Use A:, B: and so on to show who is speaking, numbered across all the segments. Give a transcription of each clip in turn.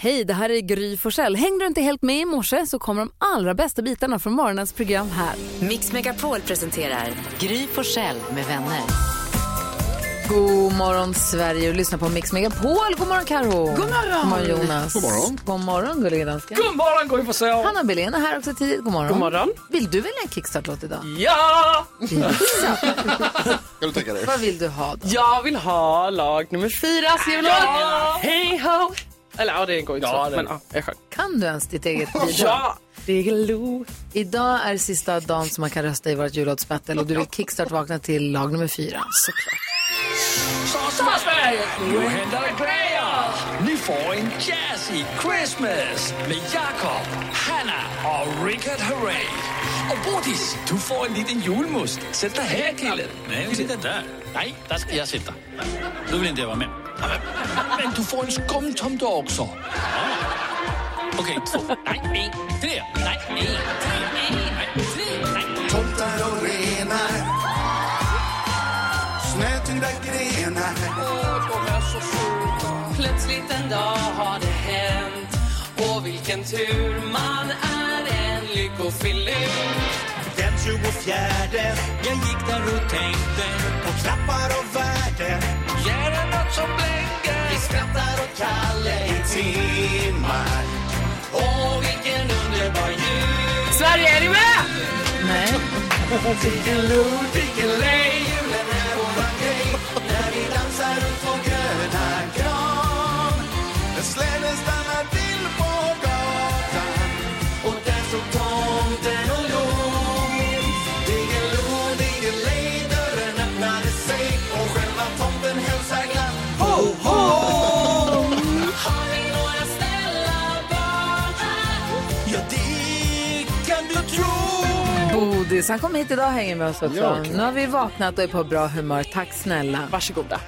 A: Hej, det här är Gry Forssell. Hängde du inte helt med i morse så kommer de allra bästa bitarna från morgonens program här.
B: Mix Megapol presenterar Gry Forssell med vänner.
A: God morgon Sverige och lyssna på Mix Megapol. God morgon Karo. God morgon. God morgon Jonas.
C: God morgon.
A: God morgon gullige dansken.
D: God morgon Gry Forssell.
A: Hanna Billén är här också tidigt. God morgon.
D: God morgon. Mm.
A: Vill du välja en kickstart-låt idag?
D: Ja!
C: Kan du tänka dig?
A: Vad vill du ha då?
D: Jag vill ha lag nummer fyra, jullåt. Hej ho! Eller ja, det går inte så. Men ja, jag sjöng.
A: Kan du ens ditt eget bidrag?
D: Ja! Diggiloo.
A: Idag är sista dagen som man kan rösta i vårt jullåtsbattle och du vill kickstart-vakna till lag nummer fyra.
D: Så Sverige, nu händer det grejer! Ni får en jazzy Christmas med Jakob, Hanna och Richard Herrey. Och Bodis, du får en liten julmust. Sätt dig här killen.
E: Nej, jag sitter där. Nej, där ska jag sitta. Då vill inte jag vara med.
D: Men du får en skumtomte också.
E: Okej, två. Nej, en, tre. Nej, en, tre. Nej, tre. Nej.
F: tomtar och renar Snötyngda grenar
G: Plötsligt en dag har det hänt Och vilken tur man är en lyckofilur
F: Den 24
E: Jag gick där och tänkte
F: på knappar och värden
D: Är det nåt som blänger?
F: Skrattar och kallar i timmar
G: Och vilken underbar jul
D: Sverige, är ni med?
A: Nej.
F: När vi dansar runt vår gröna gran När släden stannar till på gatan Och där står tomten och log Diggiloo, diggiley, dörren öppnade sig Och själva tomten hälsar glatt
G: Har vi några snälla barn här?
F: Ja, det kan du tro
A: Bodis, han kom hit idag och hänger med oss också. nu har vi vaknat och är på bra humör. Tack snälla.
D: Varsågoda.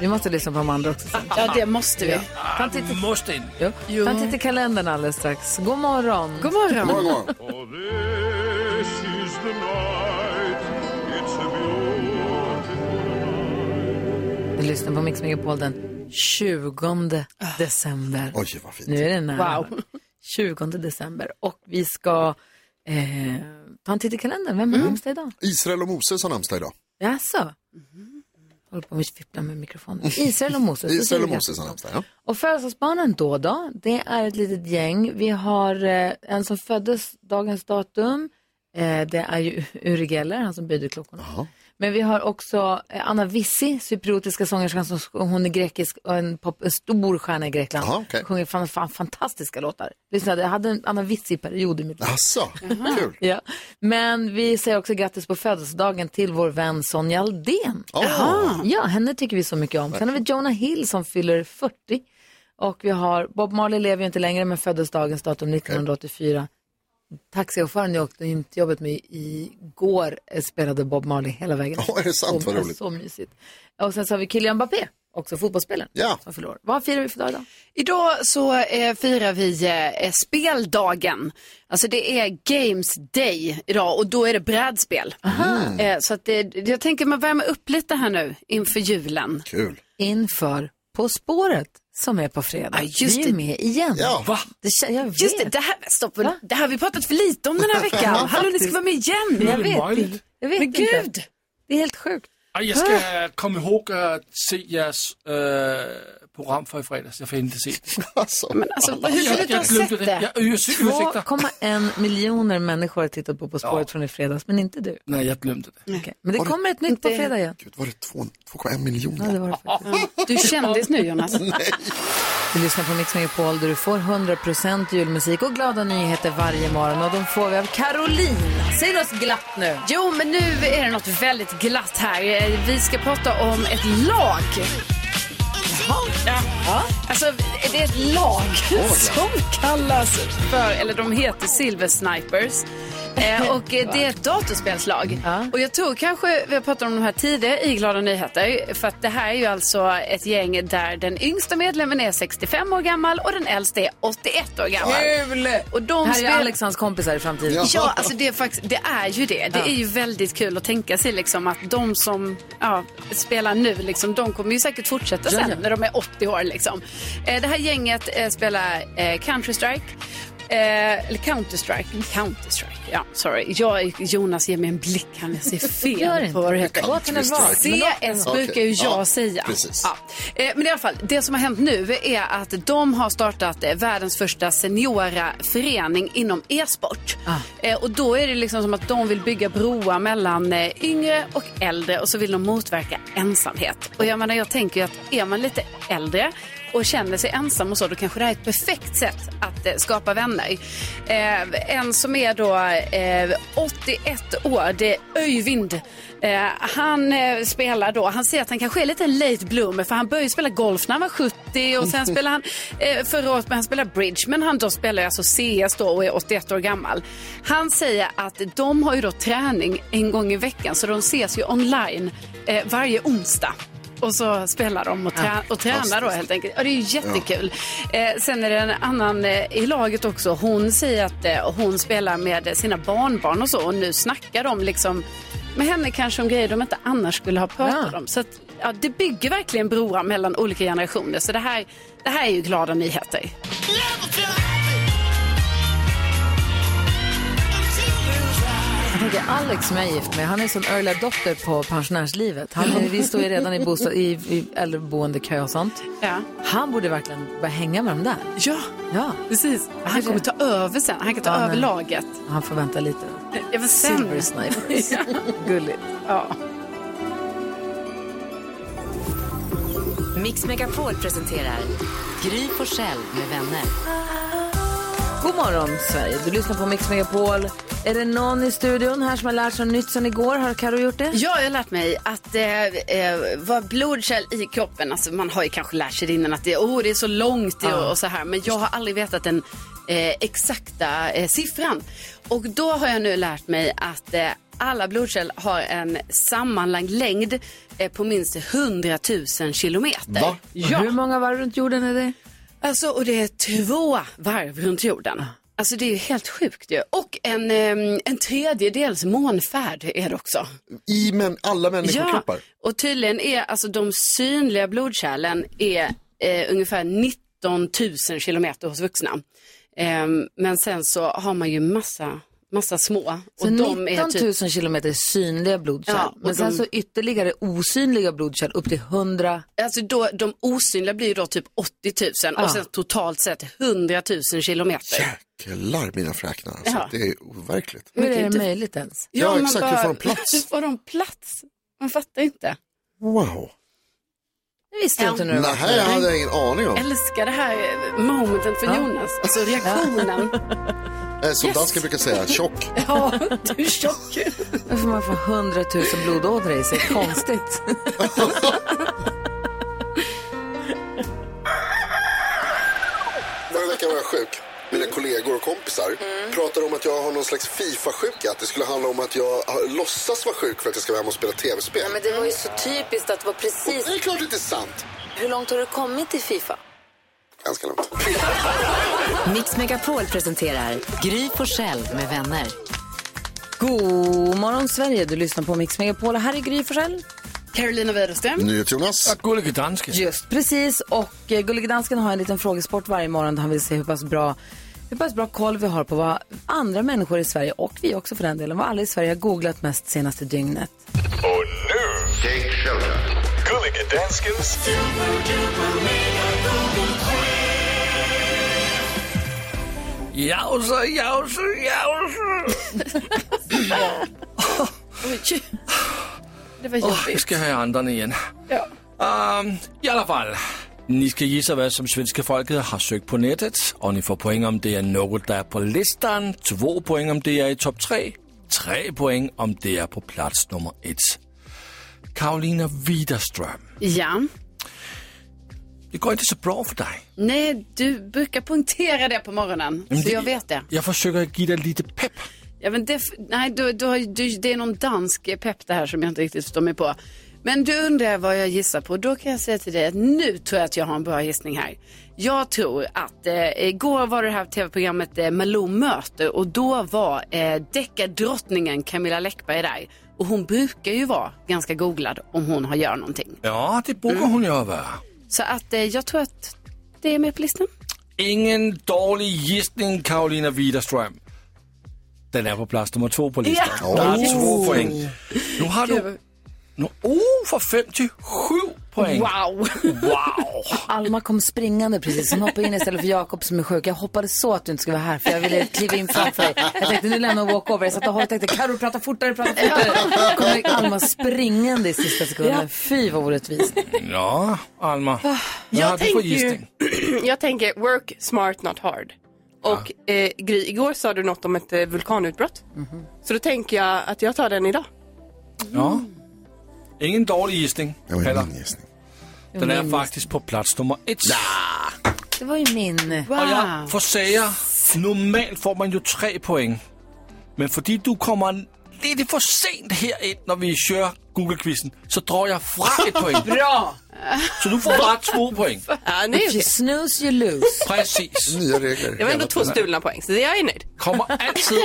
A: Vi måste lyssna på de andra också sen. Ja, det måste vi. Ta en titt i-
E: Måste in.
A: Jo. Ta en titt i kalendern alldeles strax. God morgon.
H: God morgon.
C: God morgon.
A: Du lyssnar på Mix Megapol den 20 december.
C: Oj, vad fint.
A: Nu är det nära. 20 december. Och vi ska eh, ta en titt i kalendern. Vem har namnsdag idag?
C: Israel och Moses har namnsdag idag.
A: Jaså? Mm-hmm. Håller på att fippla med mikrofonen. Israel och Moses. det
C: Israel och
A: duger.
C: Moses har namnsdag, ja.
A: Och födelsedagsbarnen då då, det är ett litet gäng. Vi har eh, en som föddes dagens datum. Eh, det är ju Uri Geller, han som byggde klockorna. Men vi har också eh, Anna Vissi, cypriotiska sångerskan. Som, hon är grekisk och en, pop, en stor stjärna i Grekland.
C: Jaha, okej.
A: Hon sjunger fan, fan, fantastiska låtar. Lyssna, jag hade en Anna Vissi-period i mitt liv.
C: Jaså, kul.
A: Ja. Men vi säger också grattis på födelsedagen till vår vän Sonja Aldén.
C: Jaha.
A: Ja, henne tycker vi så mycket om. Sen har vi Jonah Hill som fyller 40. Och vi har, Bob Marley lever ju inte längre men föddes dagens datum 1984. Taxichauffören jag åkte in till jobbet med igår eh, spelade Bob Marley hela vägen.
C: Ja, är det sant?
A: Så-
C: Vad roligt.
A: Så mysigt. Och sen så har vi Kylian Mbappé, också fotbollsspelaren,
C: Ja.
A: som förlorar. Vad firar vi för dag idag?
H: Idag så eh, firar vi eh, speldagen. Alltså det är Games Day idag och då är det brädspel. Eh, så att det, jag tänker man värmer upp lite här nu inför julen.
C: Kul.
A: Inför På spåret som är på fredag.
H: Ja, just
A: vi är
H: det.
A: med igen.
C: Ja.
E: Va?
A: Det, kän- jag vet.
H: Just det, det här, stopp,
A: Va?
H: det här har vi pratat för lite om den här veckan. Hallå, ni ska vara med igen.
A: Jag vet, inte. jag vet
H: Men
A: inte.
H: gud,
A: Det är helt sjukt.
E: Ej, Jag ska komma ihåg att se jeres äh, program för i fredags. Jag får inte se det.
C: Alltså,
H: men alltså, hur kan du
E: Jag,
H: inte ha
E: jag glömde
H: sett
E: det.
H: det?
E: Jag urs- ursäktar.
A: 2,1 miljoner människor har tittat på På spåret från i fredags, men inte du.
E: Nej, jag glömde det.
A: Okej. Men det kommer ett nytt på
H: Inte-
A: fredag igen.
C: gud, var det två- 2,1
A: Ja, det
C: miljoner?
A: var det faktiskt.
H: Du kändes nu Jonas.
A: Du lyssnar på Mix Megapol där du får 100% julmusik och glada nyheter varje morgon. Och de får vi av Caroline. Säg något glatt nu.
H: Jo, men nu är det något väldigt glatt här. Eh, Vi ska prata om ett lag. Ja. Alltså, det är ett lag som kallas för, eller de heter Silver Snipers. Eh, och eh, det är ett datorspelslag. Och jag tror kanske, vi har pratat om de här tidigare i Glada nyheter, för att det här är ju alltså ett gäng där den yngsta medlemmen är 65 år gammal och den äldsta är 81 år gammal.
A: Kul!
H: Och de
A: Här är
H: spelar...
A: Alex och hans kompisar i framtiden.
C: Ja.
H: Ja, alltså det är, faktiskt, det är ju det. Det
A: Ja.
H: är ju väldigt kul att tänka sig liksom att de som ja, spelar nu, liksom, de kommer ju säkert fortsätta
A: Ja,
H: sen
A: ja.
H: när de är 80 år. Liksom. Eh, det här gänget eh, spelar eh, Counter-Strike. Eh, eller Counter-Strike.
A: Mm.
H: Counter-Strike, ja. Sorry. Jag, Jonas ger mig en blick. Han ser
A: Gör
H: fel
A: inte
H: på vad det
A: det.
H: heter.
A: Låt henne vara. Men låt henne
H: CS
A: vara.
H: brukar ju jag
C: Ja,
H: säga.
C: precis.
H: Ja. Eh, Men i alla fall, det som har hänt nu är att de har startat eh, världens första seniora förening inom e-sport.
C: Ah.
H: Eh, Och då är det liksom som att de vill bygga broar mellan eh, yngre och äldre och så vill de motverka ensamhet. Och jag menar, jag tänker ju att är man lite äldre och känner sig ensam och så, då kanske det här är ett perfekt sätt att eh, skapa vänner. Eh, en som är då eh, 81 år, det är Öyvind. Eh, han eh, spelar då, han säger att han kanske är lite en late bloomer för han började spela golf när han var 70 och sen spelar han eh, förra året, men han spelar bridge. Men han då spelar ju alltså CS då och är 81 år gammal. Han säger att de har ju då träning en gång i veckan så de ses ju online eh, varje onsdag. Och så spelar de och, trä- och tränar då helt enkelt. Ja, det är ju jättekul. Eh, sen är det en annan eh, i laget också. Hon säger att eh, hon spelar med eh, sina barnbarn och så och nu snackar de liksom med henne kanske om grejer de inte annars skulle ha pratat
A: Ja.
H: om. Så att, ja, det bygger verkligen broar mellan olika generationer. Så det här, det här är ju glada nyheter.
A: Jag tänker Alex som jag är gift med, han är som Earl Adopter på pensionärslivet. Han, vi står ju redan i, bostad, i, i äldreboendekö och sånt.
H: Ja,
A: Han borde verkligen börja hänga med dem där.
H: ja
A: Ja,
H: precis. Han kommer ta över sen. Han kan ta
A: Ja,
H: över
A: men-
H: laget.
A: han får vänta lite.
H: Ja, men
A: Silver
H: sen.
A: snipers. Gulligt.
H: Ja.
B: Mix Megapol presenterar Gry Forssell med vänner.
A: God morgon, Sverige. Du lyssnar på Mix Megapol. Är det någon i studion här som har lärt sig något nytt sen igår? Har Karo gjort det?
H: Ja, jag har lärt mig att eh, eh, vara blodkärl i kroppen, alltså man har ju kanske lärt sig det innan att det, oh, det är så långt det, och, och så här, men jag har aldrig vetat den eh, exakta eh, siffran. Och då har jag nu lärt mig att eh, alla blodkärl har en sammanlagd längd eh, på minst 100 000 kilometer.
C: Va?
H: Ja.
A: Hur många varv runt jorden är det?
H: Alltså, och det är två varv runt jorden. Alltså det är ju helt sjukt ju. Och en, eh, en tredjedels månfärd är det också.
C: I men, alla människokroppar?
H: och tydligen är alltså de synliga blodkärlen är eh, ungefär 19 000 kilometer hos vuxna. Ehm, men sen så har man ju massa, massa små.
A: Så
H: och de
A: 19 000
H: är typ,
A: kilometer synliga blodkärl.
H: Ja, och
A: men sen
H: de-
A: så ytterligare osynliga blodkärl upp till 100.
H: alltså då, de osynliga blir ju då typ 80 000
A: Ja.
H: och sen totalt sett 100 000 kilometer.
C: Jäklar mina fräknar, alltså.
H: Ja.
C: det är overkligt.
A: Hur
H: kan
A: är
H: inte-
A: det möjligt ens?
C: Ja,
H: man
C: exakt. Hur får de plats?
H: Hur får de plats? Man fattar inte.
C: Wow.
A: Det visste
H: Ja.
A: jag inte nu.
C: Nej, här hade jag ingen aning om.
H: Älskar det här eh, momenten för
A: Ja.
H: Jonas. Alltså reaktionen.
C: Eh, Som dansken brukar säga, tjock.
H: Ja, du är tjock.
A: Då får man få 100 000 blodådror i sig. Konstigt.
C: Förra veckan var jag sjuk. Mina kollegor och kompisar
A: Mm.
C: pratar om att jag har någon slags Fifa-sjuka. Att det skulle handla om att jag har- låtsas vara sjuk för att jag ska vara hemma och spela tv-spel.
A: Men det var ju så typiskt att det var precis.
C: Det är klart inte sant.
A: Hur långt har du kommit i Fifa?
C: Ganska långt.
B: Mix Megapol presenterar Gry Forssell med vänner.
A: God morgon Sverige, du lyssnar på Mix Megapol. Här är Gry Forssell.
H: Carolina Widerström.
C: NyhetsJonas.
E: Gullige danske.
A: Just precis. Och eh, Gullige Dansken har en liten frågesport varje morgon där han vill se hur pass bra hur pass bra koll vi har på vad andra människor i Sverige och vi också för den delen, vad alla i Sverige har googlat mest senaste dygnet.
I: Och nu, take shelter. Gullige Danskens
E: Jause, jause, jause.
H: Det var
E: Åh, jag
H: jobbigt.
E: ska høre andrene igen.
H: Ja.
E: Ehm, I alla fall. Ni ska gissa vad som svenska folket har sökt på nätet och ni får poäng om det är något där på listan, två poäng om det är i topp tre, tre poäng om det är på plats nummer ett. Karolina Widerström,
H: ja.
E: det går inte så bra för dig.
H: Nej, du brukar poängtera det på morgonen.
E: Men
H: Så
E: det-
H: jag vet det.
E: Jag försöker ge dig lite pepp.
H: Ja, men det, nej, då, då, du, det är någon dansk pepp det här som jag inte riktigt förstår mig på. Men du undrar vad jag gissar på. Då kan jag säga till dig att nu tror jag att jag har en bra gissning här. Jag tror att eh, igår var det här tv-programmet eh, Malou möter och då var eh, deckardrottningen Camilla Läckberg där. Och hon brukar ju vara ganska googlad om hon har gjort någonting.
E: Ja, det borde hon göra.
H: Så att eh, jag tror att det är med på listan.
E: Ingen dårlig gissning, Karolina Widerström. Den är på plats nummer två på listan.
H: Ja.
E: Der er
H: Yes.
E: två poäng. Nu har du... Nu, oh, från fem till sju poäng.
H: Wow!
E: Wow.
A: Alma kom springande precis. Hon hoppade in istället för Jakob som är sjuk. Jag hoppades så att du inte skulle vara här för jag ville kliva in framför dig. Jag tänkte nu lämnar jag walkover. Jag satt och tänkte Carro prata fortare, prata fortare. Kommer Alma springande i sista sekunden. Fy vad orättvist.
E: Ja, Alma.
H: Ah,
E: Vad
J: Jag
E: har du för
J: tänker, ju,
E: gissning?
J: jag tänker work smart not hard. Och eh, Gry, igår sa du något om ett eh, vulkanutbrott. Så då tänker jag att jag tar den idag.
E: Ja. Ingen dålig gissning.
C: Det var
E: Heller.
C: ju min gissning.
E: Den är faktiskt på plats nummer ett.
A: Det var ju min.
H: Wow!
E: Og
A: Ah.
E: jeg forsager. Normalt får man jo tre point. Men fordi du kommer lidt for sent herind, når vi kører Google-quizzen, så drar jeg fra et point.
A: Bra!
E: så du får bare to point.
J: Ja, nej,
A: If you snooze you lose.
E: Præcis.
C: Nya
J: det
C: regler.
J: var ändå två stulna poäng, så jag är nöjd.
E: Kommer altid,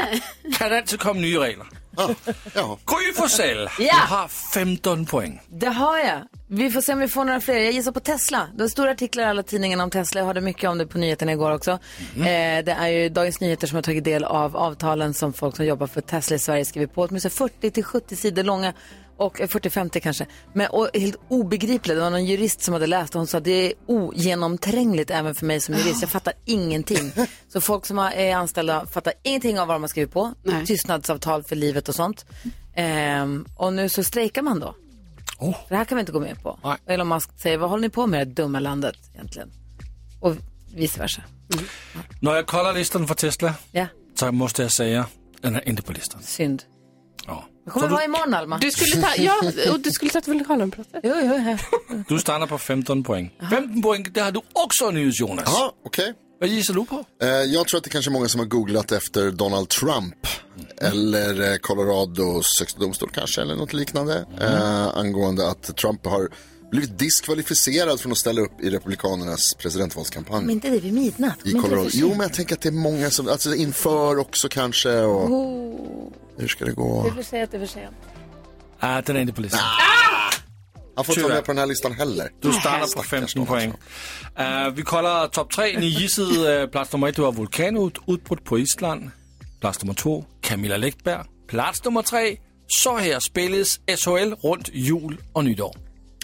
E: kan altid komme nye regler.
C: Ja, ja.
E: Gry for salg.
A: Ja.
E: Du har 15 point.
A: Det har jag. Vi får se om vi får några fler. Jag gissar på Tesla. Det var stora artiklar i alla tidningarna om Tesla. Jag hörde mycket om det på nyheterna igår också. Eh, det är ju Dagens Nyheter som har tagit del av avtalen som folk som jobbar för Tesla i Sverige skriver på. Åtminstone 40 till 70 sidor långa. Och eh, 40-50 kanske. Men och, helt obegripligt. Det var någon jurist som hade läst och hon sa att det är ogenomträngligt även för mig som jurist. Jag fattar ingenting. Så folk som har- är anställda fattar ingenting av vad de har skrivit på.
H: Nej.
A: Tystnadsavtal för livet och sånt. Ehm, och nu så strejkar man då. Det här kan vi inte gå med på.
E: Nej.
A: Och Elon Musk säger, vad håller ni på med det här dumma landet egentligen? Och vice versa.
E: Når jeg kolder listen for Tesla,
A: Ja,
E: så måste jeg sige, den er ikke på listen.
A: synd.
E: Ja.
A: Det kommer
E: Så
A: vara imorgon Alma.
J: Du skulle ta, ja, och du skulle ta ett vulkanutbrott.
A: Jo, jo, ja.
E: Du, du starter på 15 point. 15 point, der har du også nydes, Jonas.
C: Ja, okej.
E: Hvad gisser du på?
C: Eh, Jag tror att det kanske är många som har googlat efter Donald Trump. Eller eh, Colorados högsta domstol kanske, eller något liknande. Eh, angående att Trump har blivit diskvalificerad från att ställa upp i Republikanernas presidentvalskampanj.
A: Men inte det vid midnatt.
C: I
A: Men inte det
C: Colorado.
A: för sent.
C: Jo, men jag tänker att det är många som, alltså inför också kanske och hur ska Oh. det gå?
A: Du säger att det är för sent.
E: Ah, den er ikke på listen.
C: Han får inte vara med på den här listan heller.
E: Du starter på 15 point. Uh, vi kolder top 3. Ni gissede uh, plads nummer 1, det var vulkanudbrud på Island. Plads nummer 2, Camilla Läckberg. Plads nummer 3, så her spilles SHL rundt jul og nytår.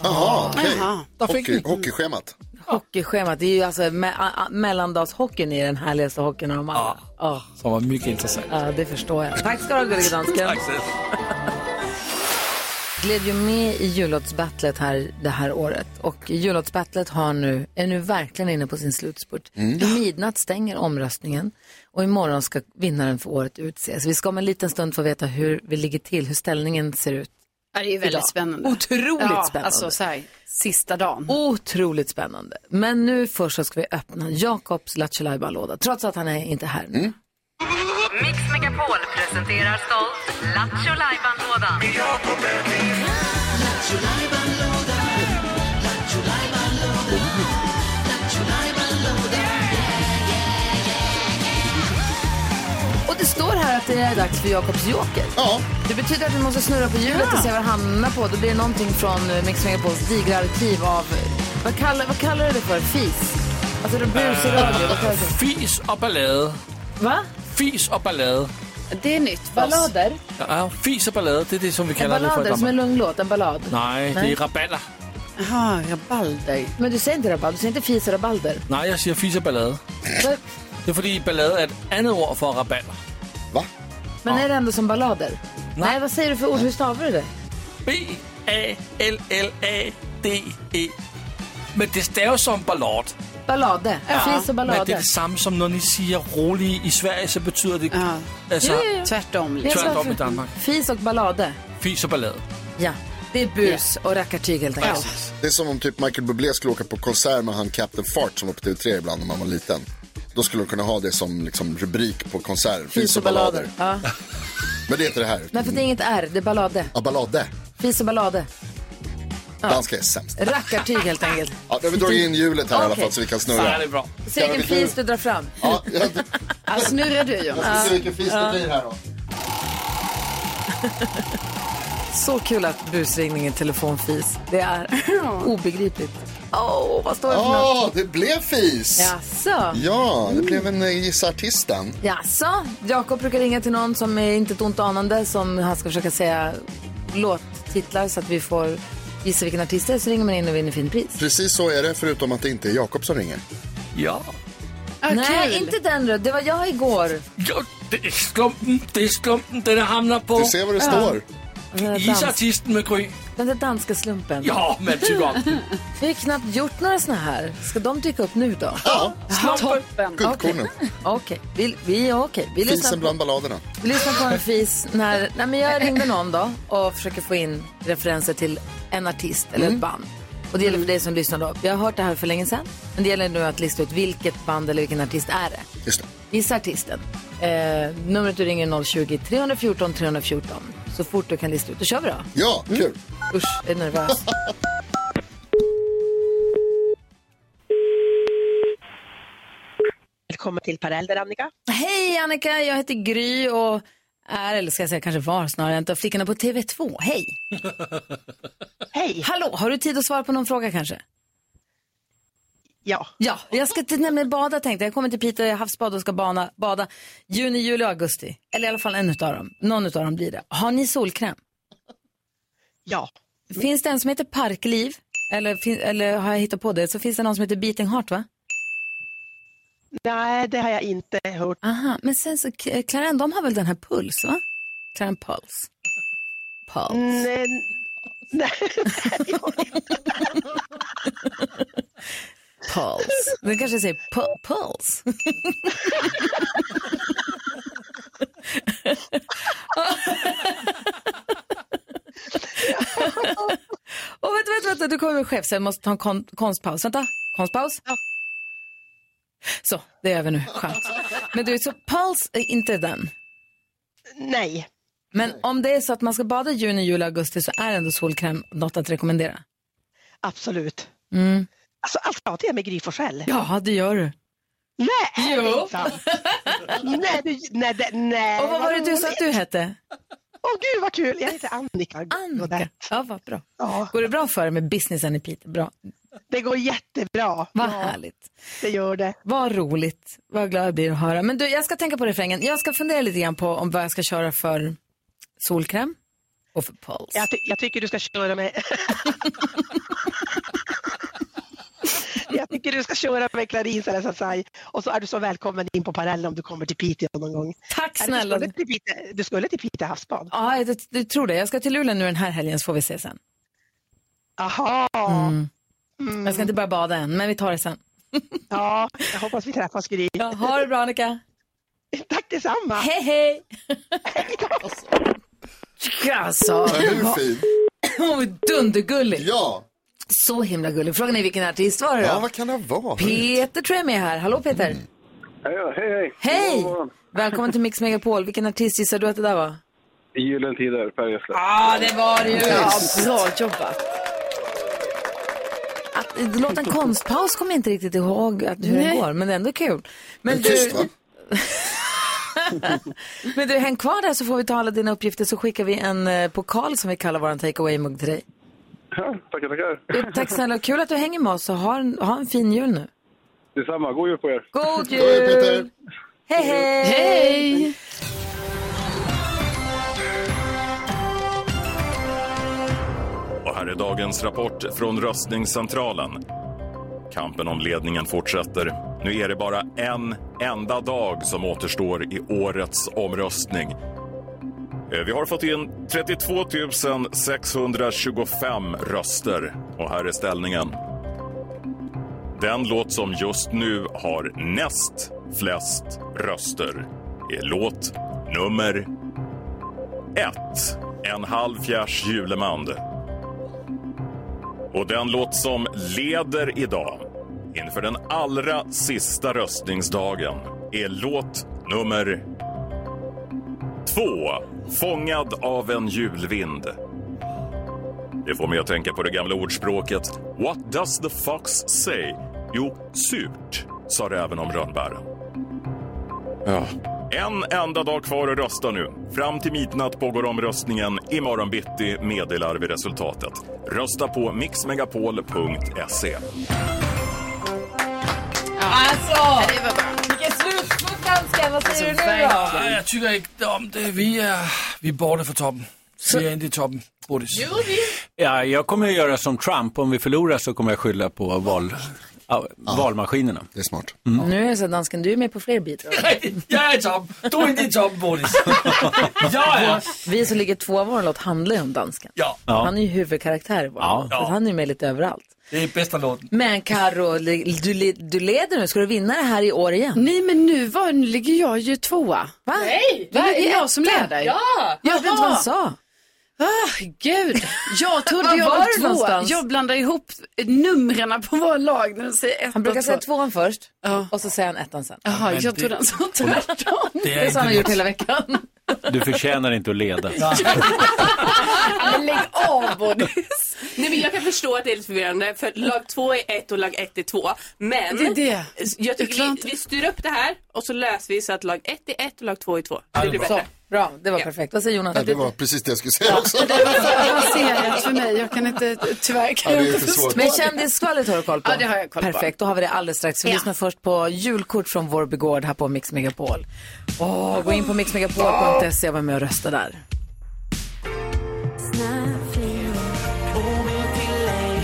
C: Jaha, Ah, okej.
E: Der fik
C: Hockey,
E: vi.
C: hockeyschemat.
A: Hockeyschemat, det är ju alltså me- a- a- mellandagshockeyn är den härligaste hockeyn av dem alla. Ja,
E: Som var mycket interessant.
A: ja, det förstår jag. Tack ska du ha gullige dansken.
E: Tak selv.
A: gled ju med i jullåtsbattlet här det här året. Och jullåtsbattlet har nu, är nu verkligen inne på sin slutspurt. Vid midnatt stänger omröstningen och imorgon ska vinnaren för året utses. Vi ska om en liten stund få veta hur vi ligger till, hur ställningen ser ut.
H: Ja, det är ju väldigt
A: idag.
H: spännande.
A: Otroligt
H: ja,
A: spännande.
H: Alltså så här, sista dagen.
A: Otroligt spännande. Men nu först så ska vi öppna Jakobs Lattjo låda trots att han är inte här nu.
B: Mix Megapol presenterar stolt Lattjo Lajban-lådan.
A: Och det står här att det är dags för Jakobs joker.
C: Ja,
A: Det betyder att vi måste snurra på hjulet och se vad det hamnar på. Då blir det någonting från eh, Mix Megapols digra arkiv av... Vad kallar, vad kallar du det för? Fis? Alltså det brus i radio. Vad kallar du det?
E: Fis og ballade.
A: Va?
E: Fis och ballade.
H: Det är nytt för oss.
A: Ballader?
E: Ja, fis och ballade, det är det, som vi
A: En
E: kalder det for i
A: ballader som en
E: Danmark.
A: lugn låt, en ballad.
E: Nej, det är raballer.
H: Jaha, rabalder.
A: Men du säger inte rabalder, du säger inte fis och rabalder.
E: Nej, jag säger fis och ballade.
A: Va?
E: Det är fordi ballade är ett annat ord för raballer.
C: va?
A: Men är det ändå som ballader? Nej, vad säger du för ord? Hur stavar du det?
E: B-A-L-L-A-D-E. E. Men det staves som ballad.
A: Ballade. Fis och
E: Men det är
A: ballader.
E: det samme som når ni siger rolig i Sverige, så betyder det
H: Ja.
E: altså,
A: Jo, jo, jo.
H: Tvärtom.
A: Det är
H: Liksom.
A: så här
E: tvärtom i
A: för-
E: Danmark.
A: Fis och ballade.
E: Fis og ballade.
A: Ja. Det är bus och rackartyg helt enkelt.
C: Det är som om typ Michael Bublé skulle åka på konsert med han Captain Fart som var på TV3 ibland när man var liten. Då skulle de kunna ha det som liksom, rubrik på konserter.
A: Fis och ballader. Ja.
C: Men det är inte det här.
A: Nej, för det är inget R, det är ballade.
C: Ja, ballade.
A: Fis och ballade.
C: Danska är sämst.
A: Rackartyg helt enkelt.
C: Ja, då har vi dragit in hjulet här i alla
A: Okej.
C: fall så vi kan snurra.
E: Ja, det är bra.
A: Se vilken
C: men du-
A: fis du drar fram.
C: Ja, jag,
H: Ja, snurrar Alltså, du Jonas.
C: jag ska se vilken fis det blir här då.
A: Så kul att busringningen telefonfis. Det är obegripligt. Åh, vad står det för något?
C: Ja, det blev fis!
A: Jaså?
C: Ja, det blev en eh, Gissa Artisten.
A: Jaså? Jakob brukar ringa till någon som är inte ett ont anande som han ska försöka säga låttitlar så att vi får gissa vilken artist det är. Så ringer man in och vinner fint pris.
C: Precis så är det, förutom att det inte är Jakob som ringer.
E: Ja.
A: Nej, inte den då. Det var jag igår.
E: Jo, det är slumpen, det är slumpen, den hamnar på
C: Du ser vad det står.
A: Den där, dans,
E: isartisten med Gry.
A: den där danska slumpen.
E: Ja, men tyck om den.
A: Vi har ju knappt gjort några såna här. Ska de dyka upp nu då?
C: Ja,
H: Toppen.
C: guldkornen.
A: Okej, vi, vi, okej. vi lyssnar
C: Fisen
A: på
C: bland balladerna.
A: Vi lyssnar på en fis när, nej men jag ringde någon då och försöker få in referenser till en artist eller ett band. Och det gäller för dig som lyssnar då. Vi har hört det här för länge sedan, men det gäller nu att lista ut vilket band eller vilken artist är det.
C: Just det.
A: Gissa artisten. Eh, numret du ringer är 020 314 314. Så fort du kan lista ut. Då kör vi då.
C: Ja,
A: Mm.
C: kul.
A: Usch, jag är nervös.
K: Välkommen till Parelder, Annika.
A: Hej Annika, jag heter Gry och är, eller ska jag säga kanske var snarare, inte av flickorna på TV2. Hej!
K: Hej!
A: Hallå, har du tid att svara på någon fråga kanske?
K: Ja,
A: Ja, jag ska till, nämligen bada tänkte jag. Jag kommer till Piteå havsbad och ska bana, bada juni, juli och augusti. Eller i alla fall en utav dem. Någon utav dem blir det. Har ni solkräm?
K: ja.
A: Finns det en som heter Parkliv? Eller, fin- eller har jag hittat på det? Så finns det någon som heter Beating Heart va?
K: Nej, det har jag inte hört.
A: Aha, men sen så, K- Clarence, de har väl den här Puls va? Mm. Clarence Puls. Puls.
K: Nej, nej.
A: Puls. Den kanske säger pu- puls. Och vänta, vänta, vänta, du kommer med chef så jag måste ta en kon- konstpaus. Vänta, konstpaus. Så, det är över nu. Skönt. Men du, så puls är inte den.
K: nej.
A: Men om det är så att man ska bada i juni, juli, augusti så är ändå solkräm något att rekommendera.
K: absolut.
A: Mm.
K: Alltså, alltså pratar jag med Gry Forssell?
A: Ja, det gör du.
K: Nej, jo. det är inte sant. nej, du, nej, det- nej.
A: Och vad var det du sa att
K: roligt.
A: du hette?
K: Åh gud vad kul, jag heter Annika. Och
A: Annika.
K: det-
A: Ja, vad bra.
K: Ja,
A: Går det bra för dig med businessen i Piteå? Bra.
K: det går jättebra.
A: Vad
K: ja,
A: härligt.
K: det gör det.
A: Vad roligt. Vad glad jag blir att höra. Men du, jag ska tänka på refrängen. Jag ska fundera lite grann på om vad jag ska köra för solkräm och för puls.
K: Jag, ty- jag tycker du ska köra med... jag tycker du ska köra med Clarins eller Sasai. Och så är du så välkommen in på Parallel om du kommer till Piteå någon gång.
A: Tack
K: Eller Du
A: snälla.
K: skulle till Piteå, du skulle till Piteå havsbad?
A: Ja, jag, jag tror det. Jag ska till Luleå nu den här helgen så får vi se sen.
K: Aha.
L: Mm.
K: Mm.
A: Jag ska inte bara bada än, men vi tar det sen.
K: Ja, jag hoppas vi träffas Gry.
A: Ja, ha det bra Annika.
K: Tack detsamma.
A: Hej hej! Alltså,
C: Ja, hur fin?
A: hon är dundergullig.
C: Ja,
A: Så himla gullig. Frågan är vilken artist var det då?
C: ja vad kan det vara?
A: Peter tror jag är med här. Hallå Peter.
M: Ja, Mm. hej, hej.
A: Hej! Välkommen till Mix Megapol. Vilken artist gissar du att det där var?
M: I Gyllene Tider, Per Gessle.
A: Ja, det var det ju. Ja, bra jobbat. Att låta en konstpaus kommer jag inte riktigt ihåg att, hur det går, men det är ändå kul. Men
C: Tyst
A: du,
C: va?
A: men du, häng kvar där så får vi ta alla dina uppgifter så skickar vi en eh, pokal som vi kallar vår takeaway-mugg till dig.
M: Ja, tackar, tackar.
A: Du, tack snälla, kul att du hänger med oss och ha en, ha en fin jul nu.
M: Detsamma, god jul på er.
A: God
C: Då är det
A: jul!
C: Peter.
A: Hej, hej!
H: Hej!
I: Och här är dagens rapport från röstningscentralen. Kampen om ledningen fortsätter. Nu är det bara en enda dag som återstår i årets omröstning. Eh, Vi har fått in 32 625 röster och här är ställningen. Den låt som just nu har näst flest röster är låt nummer ett. En halv fjärs julemand. Och den låt som leder idag Inför den allra sista röstningsdagen är låt nummer två Fångad av en julvind. Det får mig att tänka på det gamla ordspråket What does the fox say? Jo, surt, sa räven om rönnbären. Ja. En enda dag kvar att rösta nu. Fram till midnatt pågår omröstningen. Imorgon bitti meddelar vi resultatet. Rösta på mixmegapol.se.
A: Alltså! Vilken slutspurt, dansken! Vad säger
E: Alltså,
A: du nu då?
E: Nej, jag tycker inte om det. Vi är, vi är borta från toppen. Vi är inte i toppen, Bodis.
L: Ja, jag kommer att göra som Trump. Om vi förlorar så kommer jag skylla på val, ja, valmaskinerna.
C: Det är smart.
A: Nu är det så att dansken, du är med på fler bidrag.
E: jag är i topp. Du är inte i topp, Bodis. ja, ja.
A: Vi som ligger två av vår låt handlar ju om dansken.
E: Ja.
L: Ja.
A: Han är ju huvudkaraktär i vår
L: Ja.
A: låt. Så att Han är ju med lite överallt.
E: Det är bästa låten.
A: Men Karo, li- du, li- du leder nu. Ska du vinna det här i år igen?
H: Nej, men nu, var, nu ligger jag ju tvåa.
A: Va?
H: Nej! Det
A: Va?
H: är
A: Etta?
H: jag som leder.
A: Ja! Jag hörde inte vad han sa.
H: Ah, gud, jag trodde
A: Var
H: jag
A: var du
H: var,
A: någonstans?
H: två. Jag blandar ihop numren på våra lag när de säger ett
A: Han brukar
H: och två.
A: säga tvåan först och så säger han ettan sen.
H: Jaha,
L: Men
H: jag
L: det-
H: trodde han sa tvärtom.
L: Det är Det är så inte han har rätt. gjort hela
A: veckan.
L: Du förtjänar inte att leda.
H: Men lägg av Bodis.
J: Nej men jag kan förstå att det är lite förvirrande för lag två är ett och lag ett är två. Men
H: Det är det.
J: jag tycker vi, vi styr upp det här och så löser vi så att lag ett är ett och lag två är två. Det blir
A: Så,
J: bättre.
A: bra, det var perfekt. Vad säger Jonas?
C: Ja, det var precis det jag skulle säga också.
H: Det var för avancerat för mig. Jag kan inte, tyvärr kan
C: Ja, det
H: jag
C: är
H: inte
C: för svårt.
H: förstå.
A: Men kändisskvallret har du koll på?
H: Ja, det har jag koll på.
A: Perfekt, då har vi det alldeles strax. Vi
H: Ja.
A: lyssnar först på julkort från vår begård här på Mix Megapol. Åh, gå in på mixmegapol.se och var med och rösta där.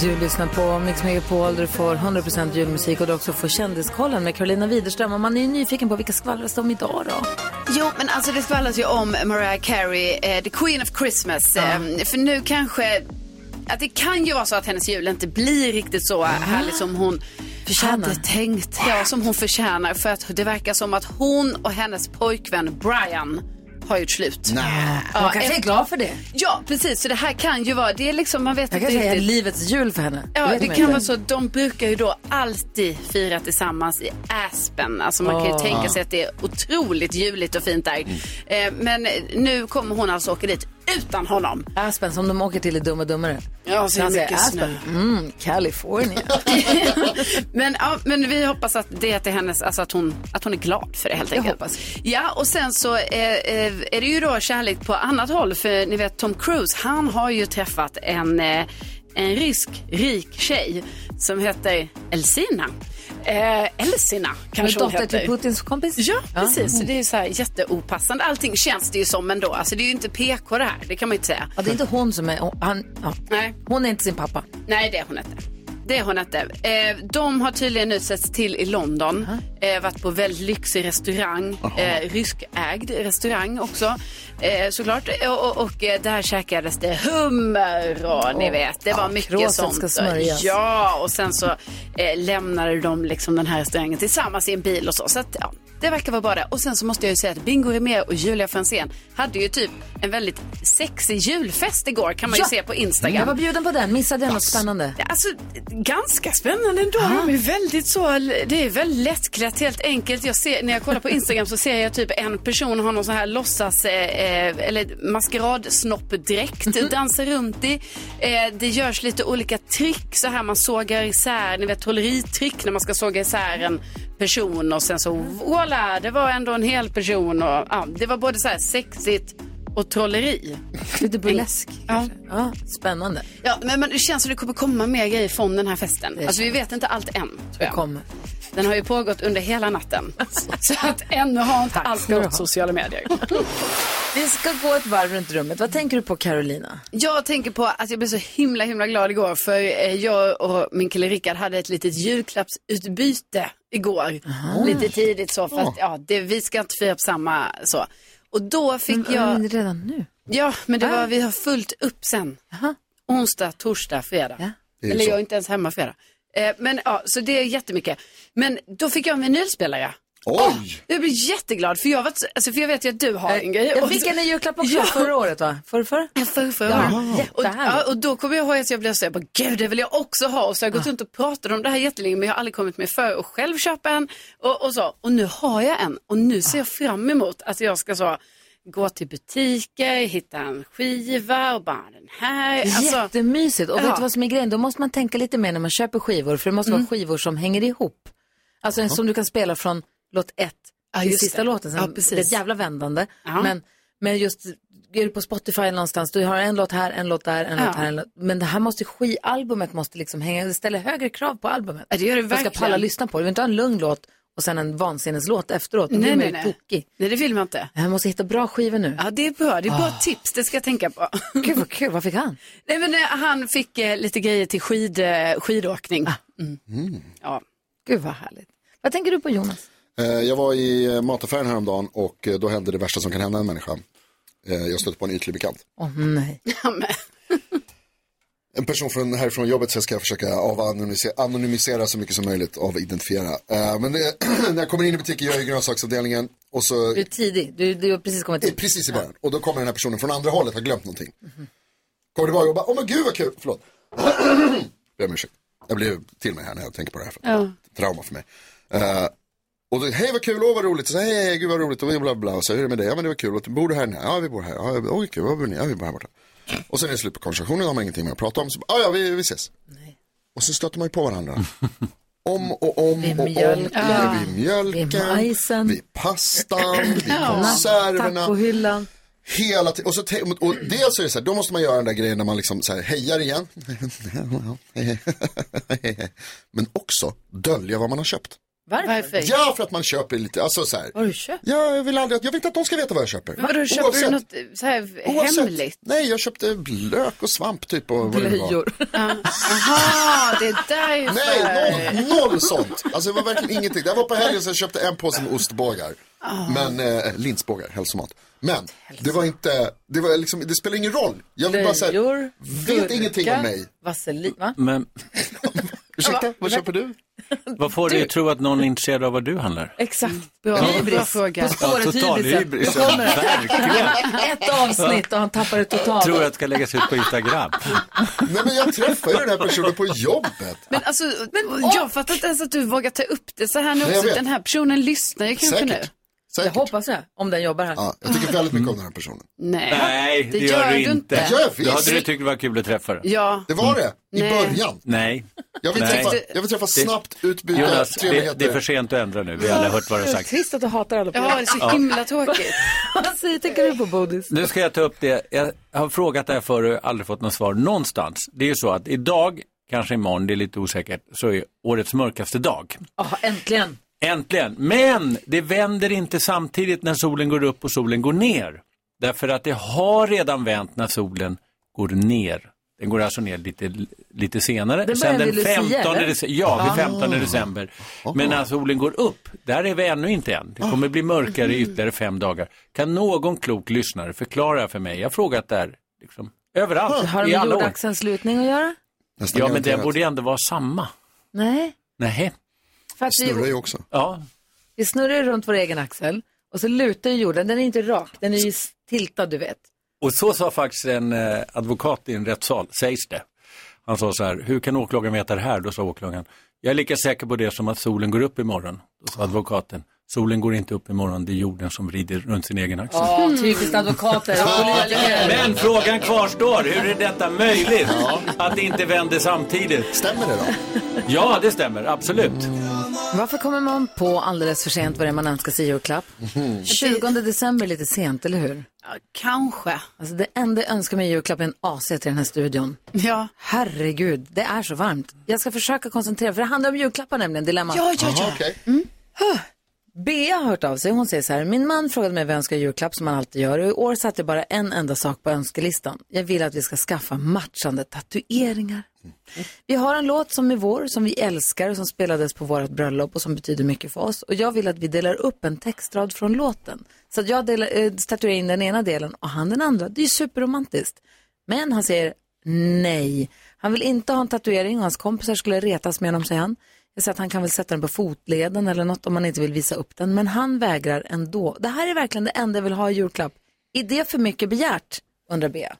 A: Du lyssnar på Mix Megapol där du får 100% julmusik och du också får Kändiskollen med Carolina Widerström. Och man är ju nyfiken på vilka skvallras de idag då?
H: Jo, men alltså det skvallras ju om Mariah Carey, eh, the Queen of Christmas. Eh, för nu kanske, att det kan ju vara så att hennes jul inte blir riktigt så härlig som hon hade tänkt. Ja, som hon förtjänar. För att det verkar som att hon och hennes pojkvän Brian har gjort slut.
A: Nej.
H: Ja,
A: Hon kanske är
H: ett-
A: glad för det.
H: Ja, precis. Så det här kan ju vara, det är liksom, man vet
A: Jag
H: inte
A: kanske är
H: riktigt.
A: livets jul för henne.
H: Ja,
A: vet
H: det
A: man
H: kan
A: inte.
H: vara så. De brukar ju då alltid fira tillsammans i Aspen. Alltså man kan
A: Ah. Mm.
H: ju tänka sig att det är otroligt juligt och fint där. Eh, Men nu kommer hon alltså åka dit utan honom.
A: Aspen som de åker till i Dumma Dummare.
H: Ja, så är det
A: Han säger
H: mycket
A: Aspen. Mm, California.
H: Men, ja, men vi hoppas att det är till hennes, alltså att hon, att hon är glad för det helt
A: Jag
H: enkelt.
A: hoppas.
H: Ja, och sen så eh, eh, är det ju då kärlek på annat håll. För ni vet Tom Cruise, han har ju träffat en, eh, en rysk rik tjej som heter Elsina. Eh, Elsina kanske
A: Med
H: hon
A: dotter
H: heter.
A: till Mm. Putins kompis.
H: Ja, precis. Så det är ju så här jätteopassande. Allting känns det ju som ändå. Alltså det är ju inte PK det här, det kan man ju inte säga.
A: Ja, det är inte hon som är... hon- Han, ja.
H: Nej.
A: Hon är inte sin pappa.
H: Nej, det är hon inte. Det är hon inte. Eh, de har tydligen nu setts till i London. Eh, varit på väldigt lyxig restaurang. Eh, ryskägd restaurang också. Eh, såklart. Eh, Och, och eh, där käkades det hummer och ni vet, det var mycket
A: kråset
H: sånt.
A: ska smörjas.
H: Ja, och sen så eh, lämnade de liksom den här restaurangen tillsammans i en bil och så. så att, ja, det verkar vara bara det. Och sen så måste jag ju säga att Bingo Rimér och Julia Franzén hade ju typ en väldigt sexig julfest igår kan man
A: Ja.
H: ju se på
A: Jag
H: Instagram.
A: var bjuden på den. Missade jag något spännande?
H: Ja, Alltså, ganska spännande ändå. De är väldigt så, det är väldigt lättklätt helt enkelt. Jag ser, när jag kollar på Instagram så ser jag typ en person har någon sån här låtsas eh, eh, eller maskeradsnoppdräkt dansar runt i. Eh, det görs lite olika trick så här man sågar isär, ni vet trolleritrick när man ska såga isär en person och sen så voilà, det var ändå en hel person och ja, det var både så här sexigt och trolleri.
A: Lite burlesk. kanske. Ja, spännande.
H: Ja, men, men det känns som det kommer komma mer grejer från den här festen.
A: är
H: Alltså vi vet inte allt än, tror
A: Det
H: jag.
A: kommer.
H: Den har ju pågått under hela natten. Så att ännu har inte allt
A: ska du
H: gått
A: ha.
H: sociala medier.
A: Vi ska gå ett varv runt rummet. Vad tänker du på Carolina?
H: Jag tänker på att jag blev så himla, himla glad igår för eh, jag och min kille Rickard hade ett litet julklappsutbyte igår. Lite tidigt så, för att ja, det, vi ska inte fira på samma så. Och då fick jag...
A: Men Mm, redan nu?
H: Ja, men det
A: Ah.
H: var, vi har fullt upp sen. Onsdag, torsdag, fredag.
C: Det är ju
H: Eller
C: så.
H: jag är inte ens hemma fredag. Eh, men ja, så det är jättemycket. Men då fick jag en vinylspelare
C: Oj!
H: Jag blir jätteglad för jag, vet, alltså, för jag vet ju att du har en grej.
A: Eh, Jag fick en i julklapp också förra året va? För, för?
H: För, förra
A: Ja,
H: året. Och, ja, och då kommer jag ihåg att jag blev så jag bara, gud det vill jag också ha. Och så har jag gått runt och pratat om det här jättelänge men jag har aldrig kommit med för och själv köpa en. Och, och, så. och nu har jag en och nu ser jag fram emot att jag ska så, gå till butiker, hitta en skiva och bara den här. Alltså,
A: Jättemysigt. Och vet
H: Ja. Mm.
A: du vad som är grejen? Då måste man tänka lite mer när man köper skivor. För det måste vara skivor som hänger ihop. Alltså en som du kan spela från låt ett
H: Ja,
A: till
H: just
A: sista
H: det.
A: låten. Sen,
H: Ja,
A: det
H: precis.
A: är ett jävla vändande. Men, men just, är du på Spotify någonstans, du har en låt här, en låt där, en
H: Ja.
A: låt här. En låt. Men det här måste ski, albumet måste liksom hänga, det ställer högre krav på albumet.
H: Ja, det gör det
A: Man ska
H: verkligen.
A: palla lyssna på det. Du vill inte ha en lugn låt och sen en vansinneslåt efteråt. Då blir
H: nej,
A: man
H: nej,
A: ju
H: nej.
A: tokig.
H: nej, det vill man inte.
A: Jag måste hitta bra skivor nu.
H: Ja, det är bra. Det är bra
A: Ah.
H: tips. Det ska jag tänka på.
A: Gud vad kul, vad fick han?
H: Nej, men, eh, han fick eh, lite grejer till skid, eh, skidåkning. Mm. Ja.
A: Gud vad härligt. Vad tänker du på Jonas?
C: Eh, Jag var i eh, mataffären häromdagen och eh, då hände det värsta som kan hända en människa. Eh, Jag stötte på en ytlig bekant.
A: Åh nej.
C: En person från, härifrån jobbet så jag ska försöka avanonymisera anonymisera så mycket som möjligt, avidentifiera. Eh, Men det, när jag kommer in i butiken, jag är i grönsaksavdelningen och så...
A: Du är tidig, du, du har precis kommit
C: Eh, Precis i början. Och då kommer den här personen från andra hållet, har glömt någonting. Kommer tillbaka och bara, åh men gud vad kul, förlåt. Ber om ursäkt. Jag blir till mig här när jag tänker på det här. För att
H: Ja.
C: trauma för mig. Eh, och då, hej vad kul, åh vad roligt, så, hej, hej gud vad roligt och bla bla bla. Och så hur är det med dig? Ja men det var kul, och, bor du här? Nej, ja vi bor här, ja, åh kul, var bor ni? Ja vi bor här borta. Och sen är det slut på konversationen, då har man ingenting mer att prata om. Så, ja ja vi, vi ses. Och så stöter man ju på varandra. Om och om och om.
A: mjölken.
C: Ja, Vid mjölken,
A: Vid majsen.
C: vid pastan, vid
A: Ja.
C: konserverna.
A: Tacohyllan.
C: Hela tiden. Och, så te- och dels är det så här, då måste man göra den där grejen när man liksom så här, hejar igen. Men också dölja vad man har köpt.
A: Varför?
C: Ja, för att man köper lite, alltså så här.
A: Vad har du köpt?
C: Ja, jag vill aldrig, att- jag vill inte att de ska veta vad jag köper.
H: Men Vadå, köper du något eh, så här hemligt?
C: Nej, jag köpte lök och svamp typ och vad det nu var.
A: Blöjor.
H: Jaha, det är därför.
C: Nej, noll, noll sånt. Alltså det var verkligen ingenting. Jag var på helgen så jag köpte en påse med ostbågar. Men, eh, linsbågar, hälsomat. Men det var inte, det var liksom, det spelar ingen roll. Jag vill bara säga, vet ingenting om mig.
A: Vaselin, va?
L: Men
C: Ursäkta, vad köper du?
L: vad får dig att tro att någon är intresserad av vad du handlar?
A: Exakt.
L: Ja,
A: Bra,
L: bra
A: hybris.
L: fråga.
A: På spåret
L: Ja, total
A: hybrisen.
L: hybris.
A: Då kommer det.
L: Verkligen.
A: Ett avsnitt och han tappar det totalt.
L: Tror jag ska läggas ut på Instagram.
C: Nej men jag träffade ju den här personen på jobbet.
H: Men alltså, jag fattar inte ens att du vågar ta upp det så här nu
C: Nej, jag
H: också.
C: vet.
H: Den här personen lyssnar ju kanske nu.
C: Säkert. Säkert.
A: Jag hoppas det, om den jobbar här.
C: Ja, jag tycker väldigt mycket om den här personen.
H: Nej,
L: Nej, det, gör, du inte.
C: Det gör jag
L: Då hade
C: visst.
L: du tyckt det typ- var kul att träffa den.
H: Ja.
C: Det var det, i
H: Nej.
C: början.
L: Nej.
C: Jag vill
L: Nej.
C: träffa, jag vill träffa snabbt utbyta
L: Jonas, det,
C: trevligheter.
L: det är för sent att ändra nu. Vi har alla hört vad du har sagt.
A: Trist att du hatar alla på
H: Ja, det är så
L: Ja.
H: himla tråkigt.
A: Vad säger, tänker du på Bodis?
L: Nu ska jag ta upp det. Jag har frågat det här förr och aldrig fått något svar någonstans. Det är ju så att idag, kanske imorgon, det är lite osäkert, så är årets mörkaste dag.
A: Ja, äntligen.
L: Äntligen! Men det vänder inte samtidigt när solen går upp och solen går ner. Därför att det har redan vänt när solen går ner. Den går alltså ner lite, lite senare.
E: Det
L: Sen
E: börjar
L: den
E: vid Lucia,
L: 15
E: eller?
L: december, ja,
E: Ah.
L: vid 15 december. Men när solen går upp, där är vi ännu inte än. Det kommer bli mörkare i ytterligare fem dagar. Kan någon klok lyssnare förklara för mig? Jag har frågat där, liksom, överallt,
A: Har det
L: i
A: med
L: alla år.
A: jordaxelslutning att göra?
L: Ja, men det
A: garanterat.
L: borde ju ändå vara samma.
A: Nej.
L: Nej.
A: För att vi,
C: också.
L: Ja,
A: vi snurrar ju runt vår egen axel och så lutar ju jorden, den är inte rak, den är ju tiltad du vet.
L: Och så sa faktiskt en eh, advokat i en rättssal, sägs det. Han sa så här, hur kan åklagaren veta det här? Då sa åklagaren, jag är lika säker på det som att solen går upp imorgon. Då sa advokaten, solen går inte upp imorgon, det är jorden som vrider runt sin egen axel.
A: Ja, typiskt advokater och politiker.
L: Men frågan kvarstår, hur är detta möjligt? Att det inte vänder samtidigt?
C: Stämmer det
L: då? Ja, det stämmer, absolut.
A: Varför kommer man på alldeles för sent vad det är man önskar sig i julklapp? 20 december är lite sent, eller hur?
H: Ja, kanske.
A: Alltså det enda jag önskar mig i julklapp är en AC till den här studion.
H: Ja.
A: Herregud, det är så varmt. Jag ska försöka koncentrera, för det handlar om julklappar nämligen, dilemma.
H: Ja, ja, ja. Aha,
C: okej.
A: Mm. Huh. Bea har hört av sig, hon säger så här, min man frågade mig vad jag önskar i julklapp som han alltid gör och i år satte jag bara en enda sak på önskelistan. Jag vill att vi ska skaffa matchande tatueringar. Vi har en låt som är vår, som vi älskar och som spelades på vårt bröllop och som betyder mycket för oss. Och jag vill att vi delar upp en textrad från låten. Så att jag delar, eh, statuerar in den ena delen och han den andra. Det är ju superromantiskt. Men han säger nej. Han vill inte ha en tatuering och hans kompisar skulle retas med honom, säger han. Jag säger att han kan väl sätta den på fotleden eller något om man inte vill visa upp den. Men han vägrar ändå. Det här är verkligen det enda jag vill ha i julklapp. Är det för mycket begärt? Undrar Bea.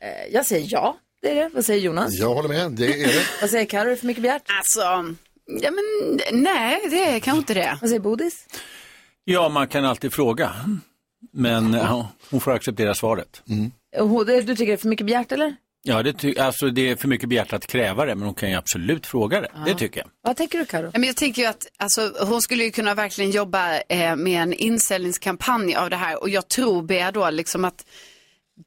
A: Eh, Jag säger ja, det är det. Vad säger Jonas?
C: Jag håller med, det är det.
A: Vad säger Carro, är det för mycket begärt?
H: Alltså, ja men nej, det är kanske inte det.
A: Vad säger Bodis?
L: Ja, man kan alltid fråga. Men ja, hon får acceptera svaret.
A: Eh, hon- Du tycker det är för mycket begärt eller?
L: Ja, det, ty- alltså, det är för mycket begärt att kräva det, men hon kan ju absolut fråga det. Det tycker jag.
A: Vad tänker du Karo?
H: Men jag tänker ju att alltså, hon skulle ju kunna verkligen jobba eh, med en insäljningskampanj av det här och jag tror Bea då liksom att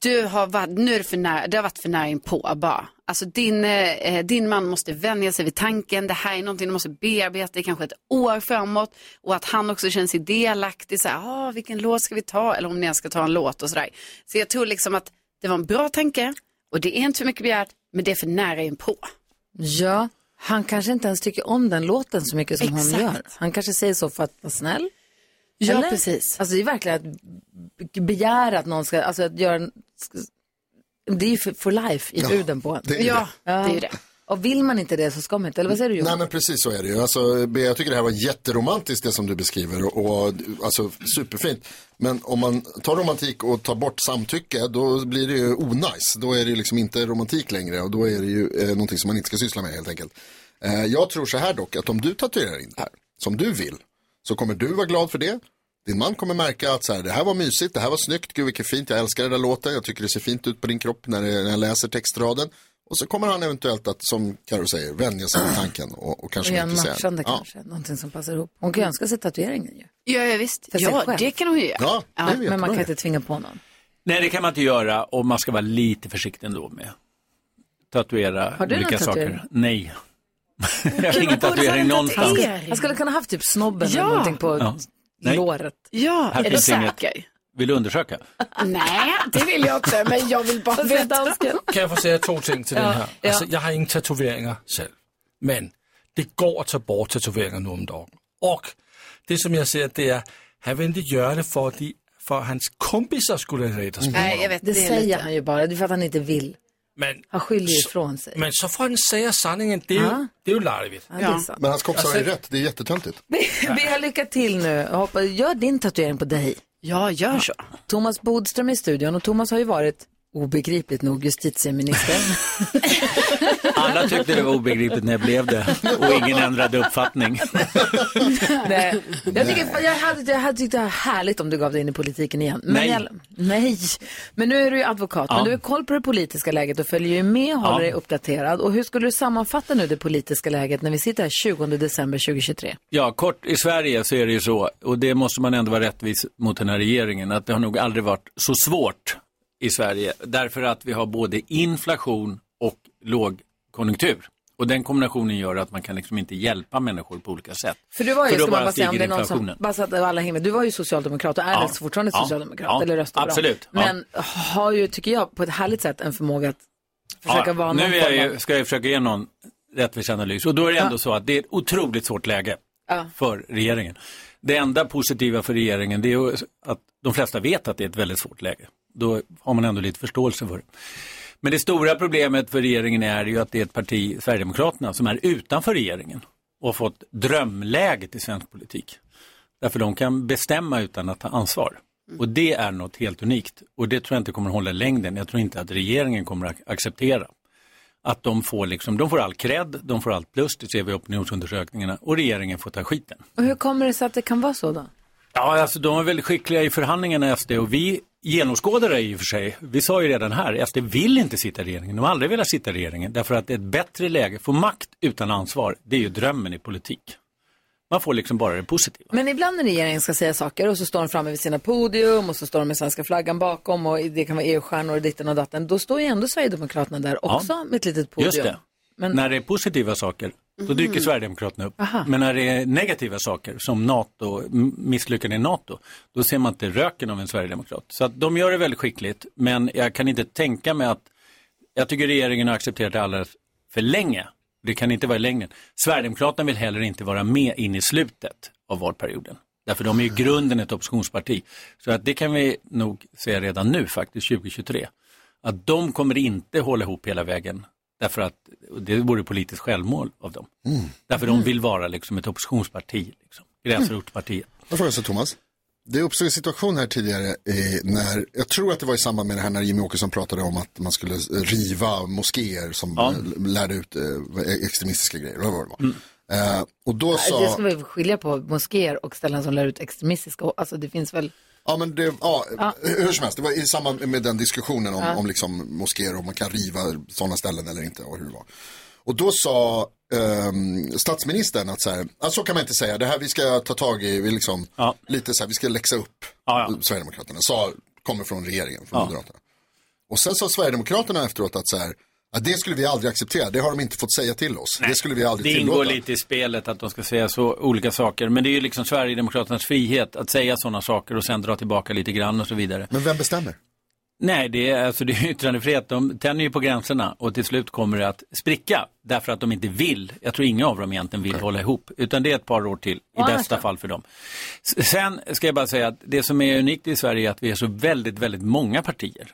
H: du har varit, nu är det, för nära, det har varit för nära inpå bara. Alltså din, eh, din man måste vänja sig vid tanken, det här är någonting du måste bearbeta i kanske ett år framåt och att han också känner sig delaktig, så här, ah, vilken låt ska vi ta eller om ni ens ska ta en låt och sådär. Så jag tror liksom att det var en bra tanke och det är inte för mycket begärt men det är för nära inpå.
A: Ja, han kanske inte ens tycker om den låten så mycket som hon
H: Exakt.
A: gör. Han kanske säger så för att vara snäll.
H: Ja, precis.
A: Alltså det är verkligen att be- begära att någon ska, alltså att göra en, det är ju för, for life i
C: Ja,
A: bruden på en.
C: det är Ja,
H: det. det är ju det.
A: Och vill man inte det så ska man inte, eller vad säger du
C: Nej
A: Jonas?
C: men precis så är det ju. Alltså, Bea, jag tycker det här var jätteromantiskt det som du beskriver och, och alltså, superfint. Men om man tar romantik och tar bort samtycke då blir det ju onajs. Då är det ju liksom inte romantik längre och då är det ju eh, någonting som man inte ska syssla med helt enkelt. Eh, jag tror så här dock att om du tatuerar in det här som du vill så kommer du vara glad för det. Din man kommer märka att så här, det här var mysigt, det här var snyggt, gud vilket fint, jag älskar den där låten, jag tycker det ser fint ut på din kropp när, det, när jag läser textraden. Och så kommer han eventuellt att, som Karo säger, vänja sig vid tanken och, och kanske
A: Och
C: bli
A: göra en
C: intresserad.
A: matchande kanske, någonting som passar ihop. Hon kan ju önska sig tatueringen ju.
H: Ja, ja visst.
A: För sig
H: Ja,
A: själv.
H: det kan hon ju göra.
L: Ja, det är ju
A: men man
L: jättebra
A: kan
L: ju.
A: inte tvinga på någon.
L: Nej, det kan man inte göra och man ska vara lite försiktig ändå med tatuera
A: Har du någon
L: olika
A: tatuering?
L: saker. Nej. jag har ingen tatuering någonstans.
A: Han skulle kunna haft typ snobben
H: Ja.
A: eller någonting på
L: Ja. Nej.
A: låret.
H: Ja,
L: Här finns inget. Vill du undersöka?
H: Nej, det vill jag också, men jag vill bara veta.
E: Kan jeg få sige to ting til
H: Ja,
E: den her?
H: ja.
E: Altså, jeg har ingen tatoveringer selv, men det går at tage bort tatoveringer nu om dagen. Og det, som jeg ser, det er, han vil ikke gøre det, fordi for hans kompiser skulle have ret at spørge
A: Nej, jag vet, det, säger han ju bara, det är för att han inte vill.
E: Men,
A: han skyller ju ifrån sig.
E: Men så får han säga sanningen, det är
A: Ja.
E: ju, det är ju larvigt.
A: Ja, det är sant.
C: Men hans kompisar har ju
E: Alltså-
C: rätt, det är jättetöntigt.
A: Bea, lycka till nu. Jag hoppas, gör din tatuering på dig.
H: Ja, gör så.
A: Thomas Bodström är i studion och Thomas har ju varit, obegripligt nog, justitieminister.
L: Alla tyckte det var obegripligt när jag blev det och ingen ändrade uppfattning.
A: Nej. Jag, tycker, jag, hade, jag hade tyckt det var härligt om du gav dig in i politiken igen. Men
L: Nej.
A: jag- nej. Men nu är du ju advokat, men
L: Ja.
A: du har koll på det politiska läget och följer ju med och håller
L: Ja.
A: dig uppdaterad. Och hur skulle du sammanfatta nu det politiska läget när vi sitter här 20 december 2023?
L: Ja, kort, i Sverige så är det ju så, och det måste man ändå vara rättvis mot den här regeringen, att det har nog aldrig varit så svårt i Sverige, därför att vi har både inflation och lågkonjunktur. Och den kombinationen gör att man kan liksom inte hjälpa människor på olika sätt.
A: För du var ju,
L: då
A: ska man bara säga om det
L: stiger
A: är någon som,
L: inflationen.
A: bara så att alla hänger med, du var ju socialdemokrat och är
L: Ja.
A: väl fortfarande
L: Ja.
A: socialdemokrat
L: Ja.
A: eller röstar bra.
L: Absolut. Ja.
A: Men har ju, tycker jag, på ett härligt sätt en förmåga att försöka
L: Ja,
A: vara
L: nu
A: någon
L: är jag,
A: form av...
L: ju- ska jag försöka ge någon rättvis analys och då är det ändå så att det är ett otroligt svårt läge
A: Ja.
L: för regeringen. Det enda positiva för regeringen det är ju att de flesta vet att det är ett väldigt svårt läge. Då har man ändå lite förståelse för det. Men det stora problemet för regeringen är ju att det är ett parti, Sverigedemokraterna, som är utanför regeringen och har fått drömläget i svensk politik. Därför de kan bestämma utan att ta ansvar. Och det är något helt unikt. Och det tror jag inte kommer hålla i längden. Jag tror inte att regeringen kommer att acceptera. Att de får, liksom, de får all cred, de får allt plus, det ser vi i opinionsundersökningarna. Och regeringen får ta skiten.
A: Och hur kommer det sig att det kan vara så då?
L: Ja, alltså de är väldigt skickliga i förhandlingarna SD och vi genomskådade det i och för sig. Vi sa ju redan här, SD vill inte sitta i regeringen. De har aldrig velat sitta i regeringen därför att ett bättre läge, få makt utan ansvar, det är ju drömmen i politik. Man får liksom bara det positiva.
A: Men ibland när regeringen ska säga saker och så står de framme vid sina podium och så står de med svenska flaggan bakom och det kan vara EU-stjärnor och ditten och datten. Då står ju ändå Sverigedemokraterna där också med ett litet podium.
L: Just det. När det är positiva saker, då dyker
A: Mhm.
L: Sverigedemokraterna upp.
A: Aha.
L: Men när det är negativa saker, som NATO, m- misslyckande i NATO, då ser man inte röken av en sverigedemokrat. Så att de gör det väldigt skickligt, men jag kan inte tänka mig att... Jag tycker regeringen har accepterat det alldeles för länge. Det kan inte vara i längden. Sverigedemokraterna vill heller inte vara med in i slutet av valperioden. Därför de är i grunden ett oppositionsparti. Så att det kan vi nog säga redan nu faktiskt, 2023 att de kommer inte hålla ihop hela vägen Därför att och det vore politiskt självmål av dem.
C: Mm.
L: Därför de vill vara liksom ett oppositionsparti, liksom. gräsrotspartiet.
C: Jag frågar så Thomas. Det uppstod en situation här tidigare eh, när, jag tror att det var i samband med det här när Jimmy Åkesson pratade om att man skulle eh, riva moskéer som
L: Ja.
C: eh, lärde ut eh, extremistiska grejer. Eller vad det var.
A: Mm.
C: Eh, och då sa...
A: Alltså, Det ska vi skilja på moskéer och ställen som lär ut extremistiska. Alltså det finns väl...
C: Ja, men det, ja, hur som helst, det var i samband med den diskussionen om,
A: Ja.
C: om liksom moskéer, om man kan riva sådana ställen eller inte och hur det var. Och då sa ehm, statsministern att så här, "Ah, så kan man inte säga, det här vi ska ta tag i, vi liksom, lite så här, vi ska läxa upp Sverigedemokraterna, sa, kommer från regeringen, från
L: Ja.
C: Moderaterna. Och sen sa Sverigedemokraterna efteråt att så här, "Ja, det skulle vi aldrig acceptera, det har de inte fått säga till oss, det skulle vi aldrig
L: Det ingår
C: tillåta.
L: lite i spelet att de ska säga så olika saker. Men det är ju liksom Sverigedemokraternas frihet att säga sådana saker och sen dra tillbaka lite grann och så vidare.
C: Men vem bestämmer?
L: Nej, det är, alltså, det är ju yttrandefrihet. De tänjer ju på gränserna och till slut kommer det att spricka. Därför att de inte vill. Jag tror inga av dem egentligen vill hålla ihop. Utan det är ett par år till, i
E: Ja,
L: bästa
E: alltså.
L: fall för dem. S- Sen ska jag bara säga att det som är unikt i Sverige är att vi är så väldigt, väldigt många partier.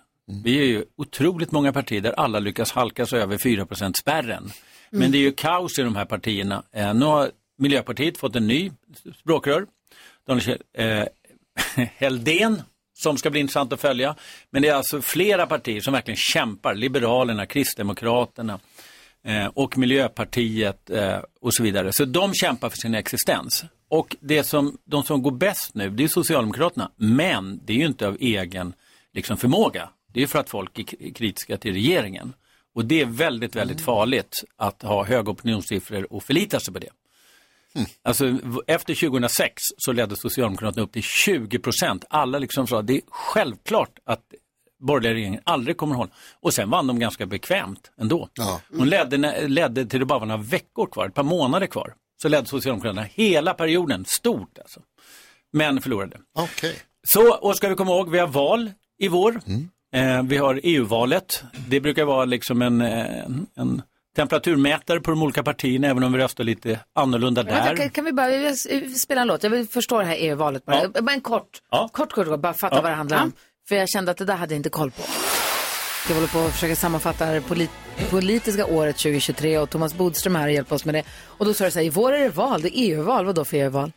L: Vi är ju otroligt många partier där alla lyckas halka sig över 4%-spärren. Men
E: Mm.
L: det är ju kaos i de här partierna. Eh, nu har Miljöpartiet fått en ny språkrör, Daniel Kjell, eh, Heldén, som ska bli intressant att följa. Men det är alltså flera partier som verkligen kämpar. Liberalerna, Kristdemokraterna eh, och Miljöpartiet eh, och så vidare. Så de kämpar för sin existens. Och det som, de som går bäst nu, det är Socialdemokraterna. Men det är ju inte av egen liksom, förmåga. Det är ju för att folk är k- kritiska till regeringen. Och det är väldigt, väldigt farligt att ha höga opinionssiffror och förlita sig på det. Alltså, v- efter 2006 så ledde Socialdemokraterna upp till 20 procent. Alla liksom sa det är självklart att borgerliga regeringen aldrig kommer att hålla. Och sen vann de ganska bekvämt ändå. Hon ledde, när- ledde till det bara var några veckor kvar, ett par månader kvar. Så ledde Socialdemokraterna hela perioden, stort alltså. Men förlorade.
C: Okej.
L: Så, och ska vi komma ihåg, vi har val i vår. Eh, vi har EU-valet. Det brukar vara liksom en, eh, en, en temperaturmätare på de olika partierna, även om vi röstar lite annorlunda
A: Men vänta,
L: där.
A: kan, kan vi bara jag vill spela en låt? Jag vill förstå det här EU-valet bara. Bara en kort, kort, kort, kort, bara fatta
L: Ja.
A: vad det handlar om. För jag kände att det där hade jag inte koll på. Jag håller på att försöka sammanfatta det här polit politiska året 2023 och Thomas Bodström är här och hjälper oss med det. Och då sa du så här, i vår är det val, det är EU-val, vadå för EU-val?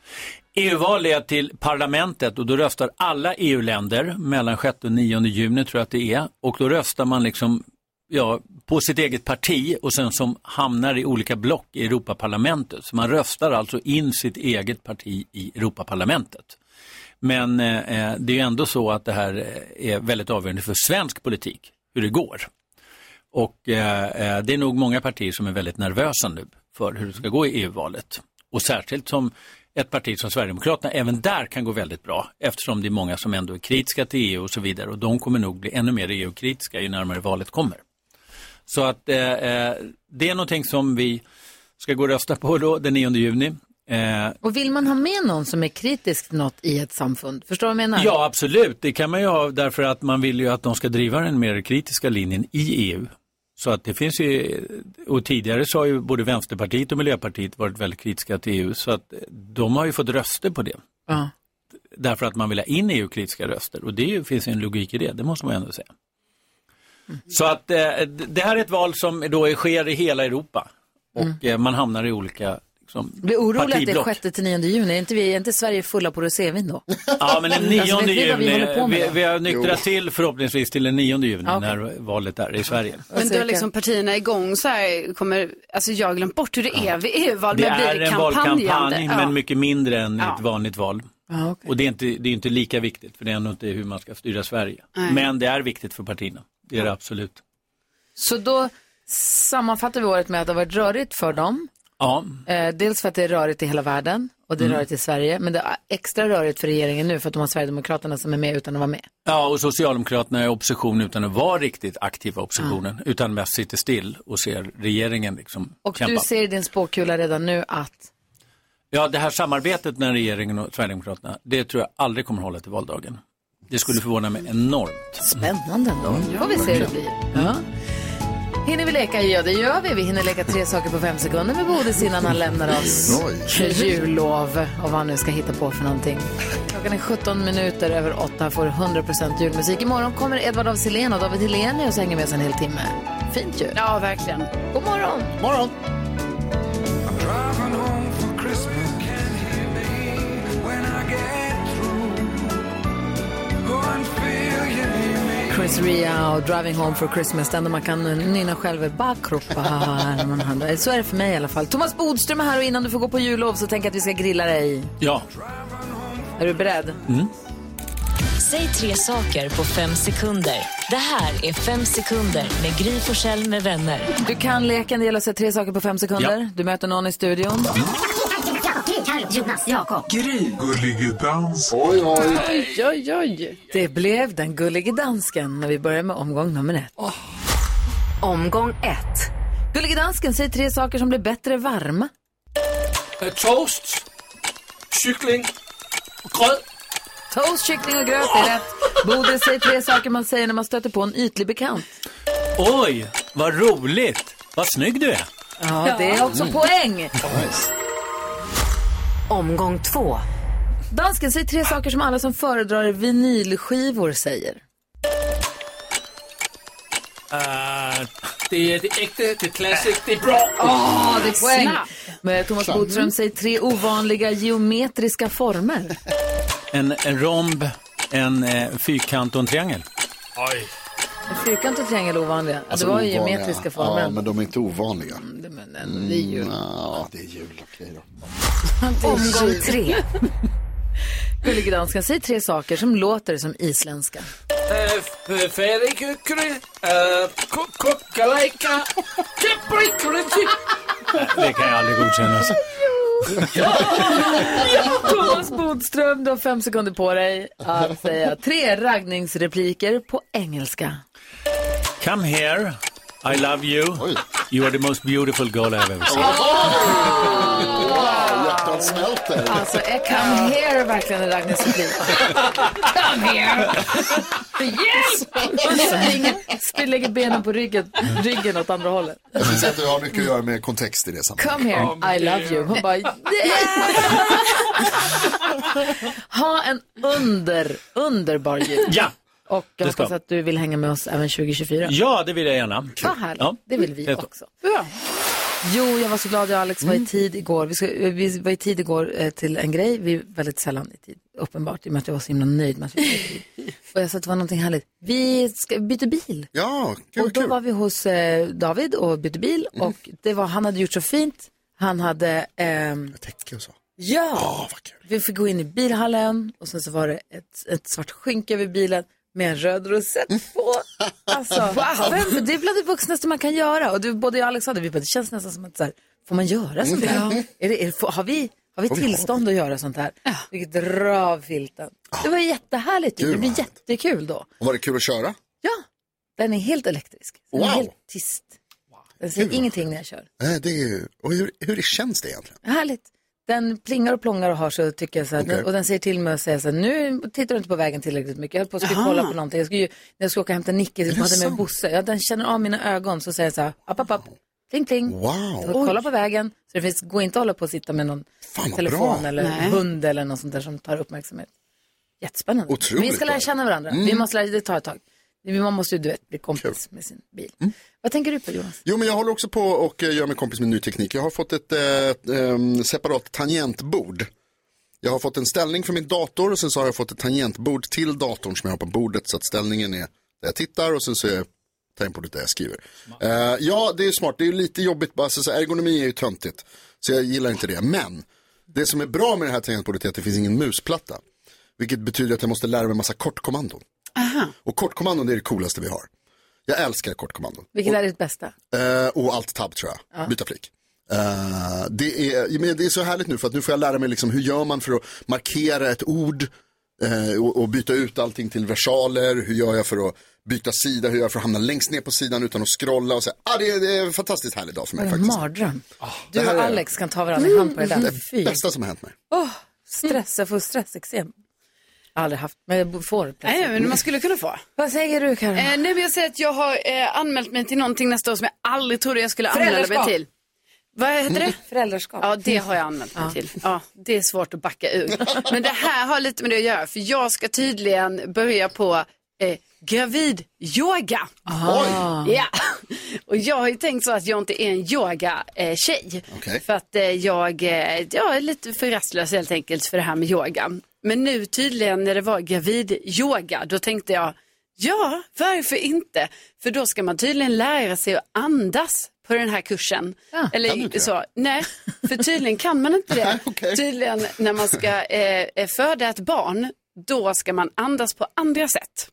L: EU-val är till parlamentet och då röstar alla EU-länder mellan 6 och 9 juni tror jag att det är. Och då röstar man liksom ja, på sitt eget parti och sen som hamnar i olika block i Europaparlamentet. Så man röstar alltså in sitt eget parti i Europaparlamentet. Men eh, eh, det är ju ändå så att det här eh, är väldigt avgörande för svensk politik, hur det går. Och eh, eh, det är nog många partier som är väldigt nervösa nu för hur det ska gå i EU-valet. Och särskilt som ett parti som Sverigedemokraterna, även där kan gå väldigt bra eftersom det är många som ändå är kritiska till EU och så vidare och de kommer nog bli ännu mer EU-kritiska ju närmare valet kommer. Så att eh, eh, det är någonting som vi ska gå och rösta på då den 9 juni. Eh,
A: Och vill man ha med någon som är kritisk till något i ett samfund? Förstår du vad jag menar?
L: Ja, absolut. Det kan man ju ha därför att man vill ju att de ska driva den mer kritiska linjen i EU. Så att det finns ju, och tidigare så har ju både Vänsterpartiet och Miljöpartiet varit väldigt kritiska till EU, så att de har ju fått röster på det.
A: Ja.
L: Därför att man vill ha in EU-kritiska röster och det är ju, finns ju en logik i det, det måste man ändå säga.
A: Mm.
L: Så att eh, d- det här är ett val som då är- sker i hela Europa och eh, man hamnar i olika liksom,
A: Jag Mm. blir orolig att det är
L: partiblock.
A: 6-9 juni, är inte, vi, är inte Sverige fulla på rosévin då?
L: Ja, men den 9
A: Alltså, vet ni vad vi
L: juni.
A: håller på med
L: Vi,
A: då?
L: vi har nyktrat till förhoppningsvis till den 9 juni
A: Ja, okej.
L: när valet är i Sverige.
H: Men
A: Alltså,
H: då är liksom partierna igång så här, kommer, alltså jag har glömt bort hur det är vid EU-val,
L: Det
H: men blir
L: är
H: det
L: en
H: kampanjande?
L: valkampanj,
H: Ja.
L: men mycket mindre än
H: Ja.
L: ett vanligt val.
A: Ja, okej.
L: Och det är, inte, det är inte lika viktigt, för det är ändå inte hur man ska styra Sverige.
A: Nej.
L: Men det är viktigt för partierna, det är det absolut.
A: Så då sammanfattar vi året med att det har varit rörigt för dem.
L: Ja,
A: Eh, dels för att det är rörigt i hela världen och det är
L: Mm.
A: rörigt i Sverige. Men det är extra rörigt för regeringen nu för att de har Sverigedemokraterna som är med utan att vara med.
L: ja och Socialdemokraterna är i opposition utan att vara riktigt aktiva i oppositionen, utan mest sitter still och ser regeringen liksom
A: Och
L: kämpa.
A: du ser i din spåkula redan nu att
L: Ja, det här samarbetet mellan regeringen och Sverigedemokraterna, det tror jag aldrig kommer hålla till valdagen. Det skulle förvåna mig enormt.
A: Spännande ändå. Får vi se hur det blir. Ja. Hinner vi leka? Ja, det gör vi. Vi hinner leka tre saker på fem sekunder med Bodis innan han lämnar oss
C: Oj.
A: för jullov och vad han nu ska hitta på för någonting. Klockan är 17 minuter över 8 får 100% julmusik. Imorgon kommer Edvard af Sillén och David Hellenius och hänger med oss en hel timme. fint ju.
H: Ja, verkligen.
A: God morgon.
C: morgon.
F: Driving home for Christmas. Can hear me when I get through. Go and feel you need me.
A: Chris Ria och Driving Home for Christmas. Det enda man kan nynna själv är bakropa. Så är det för mig i alla fall. Thomas Bodström är här och innan du får gå på jullov så tänker jag att vi ska grilla dig.
L: Ja.
A: Är du beredd?
L: Mm.
B: Säg tre saker på fem sekunder. Det här är Fem sekunder med Gry Forssell med vänner.
A: Du kan leken, det gäller att säga tre saker på fem sekunder. Du möter någon i studion.
F: Jonas, Jakob.
A: Gry.
F: Gullige dans.
C: Oj,
A: Oj, oj, oj. Det blev den gullige dansken när vi börjar med omgång nummer ett. Omgång ett. Gullige dansken, säg tre saker som blir bättre varma.
E: Eh, Toast, kyckling och gröt.
A: Toast, kyckling och gröt är rätt. Bodil, säg tre saker man säger när man stöter på en ytlig bekant.
L: Oj, vad roligt! Vad snygg du är!
A: Ja, det är också poäng.
B: Omgång två.
A: Dansken, säg tre saker som alla som föredrar vinylskivor säger.
E: Eh, det är det äkta, det är classic, det är bra.
A: Åh, det är poäng.
E: Snabbt.
A: Med Thomas
L: Snabbt.
A: Bodström, säg tre ovanliga geometriska former.
L: En, en romb, en eh, fyrkant och en triangel.
E: Oj.
A: En Fyrkant och triangel är ovanliga. Ja,
C: Alltså,
A: det var ju
C: ovanliga.
A: geometriska former.
C: Ja, men de är inte ovanliga.
A: det är jul.
C: Mm, ja, det är jul. Okej då.
A: Omgång tre. Gullige dansken, säg tre saker som låter som isländska.
E: Eh, Färdigkyckling, eh, kuckalajka, kipprikuliti.
L: Det kan jag aldrig godkänna. alltså.
A: Thomas Bodström, du har fem sekunder på dig att säga tre raggningsrepliker på engelska.
L: Come here, I love you. You are the most beautiful girl I've ever seen.
C: Wow, hjärtat smälter.
A: Alltså, är come here verkligen en raggningsreplik? Come here! Yes! Springer- Springer, lägger benen på ryggen, ryggen åt andra hållet.
C: Jag minns att det har mycket att göra med kontext i det sammanhanget.
A: Come here, I love you. Hon bara, Ha en under, underbar jul.
L: Ja,
A: Och jag
L: det ska.
A: hoppas att du vill hänga med oss även 2024.
L: Ja, det vill jag gärna.
A: Vad härligt.
L: Ja.
A: Det vill vi
L: Helt-
A: också. Jo, jag var så glad jag och Alex var i tid igår. Vi, ska, vi var i tid igår eh, till en grej. Vi är väldigt sällan i tid, uppenbart, i och med att jag var så himla nöjd med att vi var i tid. Och jag sa att det var någonting härligt. Vi ska byta bil.
C: Ja,
A: Och då var vi hos eh, David och bytte bil.
C: Mm.
A: Och det var, han hade gjort så fint. Han hade... ehm,
C: Täcke och så.
A: Ja! Vi fick gå in i bilhallen och sen så var det ett, ett svart skynke över bilen med en röd rosett på. Alltså,
F: Wow.
A: vem, det är bland det vuxnaste man kan göra. Och du, både jag och Alex sa det, vi bara, det känns nästan som att så här, får man göra sånt här?
F: Mm.
A: Är det, är, får- har vi, har vi
F: Får vi
A: tillstånd att göra sånt här? Vilket dra av filten. Det var jättehärligt, ju.
C: Gud,
A: det blev jättekul då.
C: Och var det kul att köra?
A: Den är helt elektrisk, den är
C: Wow.
A: helt tyst. Den säger ingenting när jag kör.
C: Nej, Eh, det är ju... Och hur, hur känns det egentligen?
A: Härligt. Den plingar och plångar och har så tycker jag så här,
C: Okej.
A: och den säger till mig och säger så här, nu tittar du inte på vägen tillräckligt mycket, jag höll på att skulle
H: Jaha.
A: kolla på någonting, jag skulle ju, när jag skulle åka och hämta Nicke,
H: Är
A: jag
H: det
A: hade med
H: sant?
A: Bosse, ja, den känner av mina ögon så säger jag så här, app, app, app, pling, pling,
C: Wow.
A: Jag får kolla på vägen, så det finns, gå inte att hålla på och sitta med någon
C: vad
A: telefon
C: bra.
A: eller
C: Nej.
A: hund eller något sånt där som tar uppmärksamhet. Jättespännande.
C: Otroligt
A: Men vi ska
C: bra.
A: lära känna varandra,
C: Mm.
A: vi måste lära, det tar ett tag. Man måste ju du vet, bli kompis med sin bil.
C: Mm.
A: Vad tänker du på Jonas?
C: Jo, men jag håller också på och eh, gör mig kompis med ny teknik. Jag har fått ett eh, em, separat tangentbord. Jag har fått en ställning för min dator och sen så har jag fått ett tangentbord till datorn som jag har på bordet så att ställningen är där jag tittar och sen så är tangentbordet där jag skriver. Eh, ja, det är ju smart. Det är ju lite jobbigt, bara, så så här, ergonomi är ju töntigt. Så jag gillar inte det. Men det som är bra med det här tangentbordet är att det finns ingen musplatta. Vilket betyder att jag måste lära mig massa kortkommandon. Och kortkommandon det är det coolaste vi har. Jag älskar kortkommandon.
A: Vilket är ditt bästa?
C: Eh, och allt tab tror jag.
A: Ja.
C: Byta flick. Eh, det, är, men det är så härligt nu för att nu får jag lära mig liksom, hur gör man för att markera ett ord eh, och, och byta ut allting till versaler. Hur gör jag för att byta sida? Hur gör jag för att hamna längst ner på sidan utan att scrolla? Och så, här, ah, det, är, det är en fantastiskt härlig dag för
A: Var
C: mig
A: det en
C: faktiskt. Ah,
A: mardröm?
C: det
A: Du
C: här
A: och
C: är- Mm.
A: Alex kan ta varandra i hand på det där.
C: Det bästa som har hänt mig.
A: Åh, stress, jag får stressexem. Jag har aldrig haft, men jag får plötsligt.
H: Nej, men man skulle kunna få.
A: Vad säger du Karin?
H: Eh, nej, men jag säger att jag har eh, anmält mig till någonting nästa år som jag aldrig trodde jag skulle anmäla mig
A: Föräldraskap.
H: till. Vad heter det?
A: Föräldraskap.
H: Ja, det har jag anmält mig till. Ja, det är svårt att backa ur. Men det här har lite med det att göra, för jag ska tydligen börja på eh, gravidyoga.
F: Aha.
H: Ja, och jag har ju tänkt så att jag inte är en yoga-tjej. För att eh, jag, eh, jag är lite för rastlös helt enkelt för det här med yoga. Men nu tydligen när det var gravidyoga, då tänkte jag, ja, varför inte? För då ska man tydligen lära sig att andas på den här kursen.
F: Kan du inte
H: Eller
F: det?
H: så, nej, för tydligen kan man inte det. Tydligen när man ska eh, eh, föda ett barn, då ska man andas på andra sätt.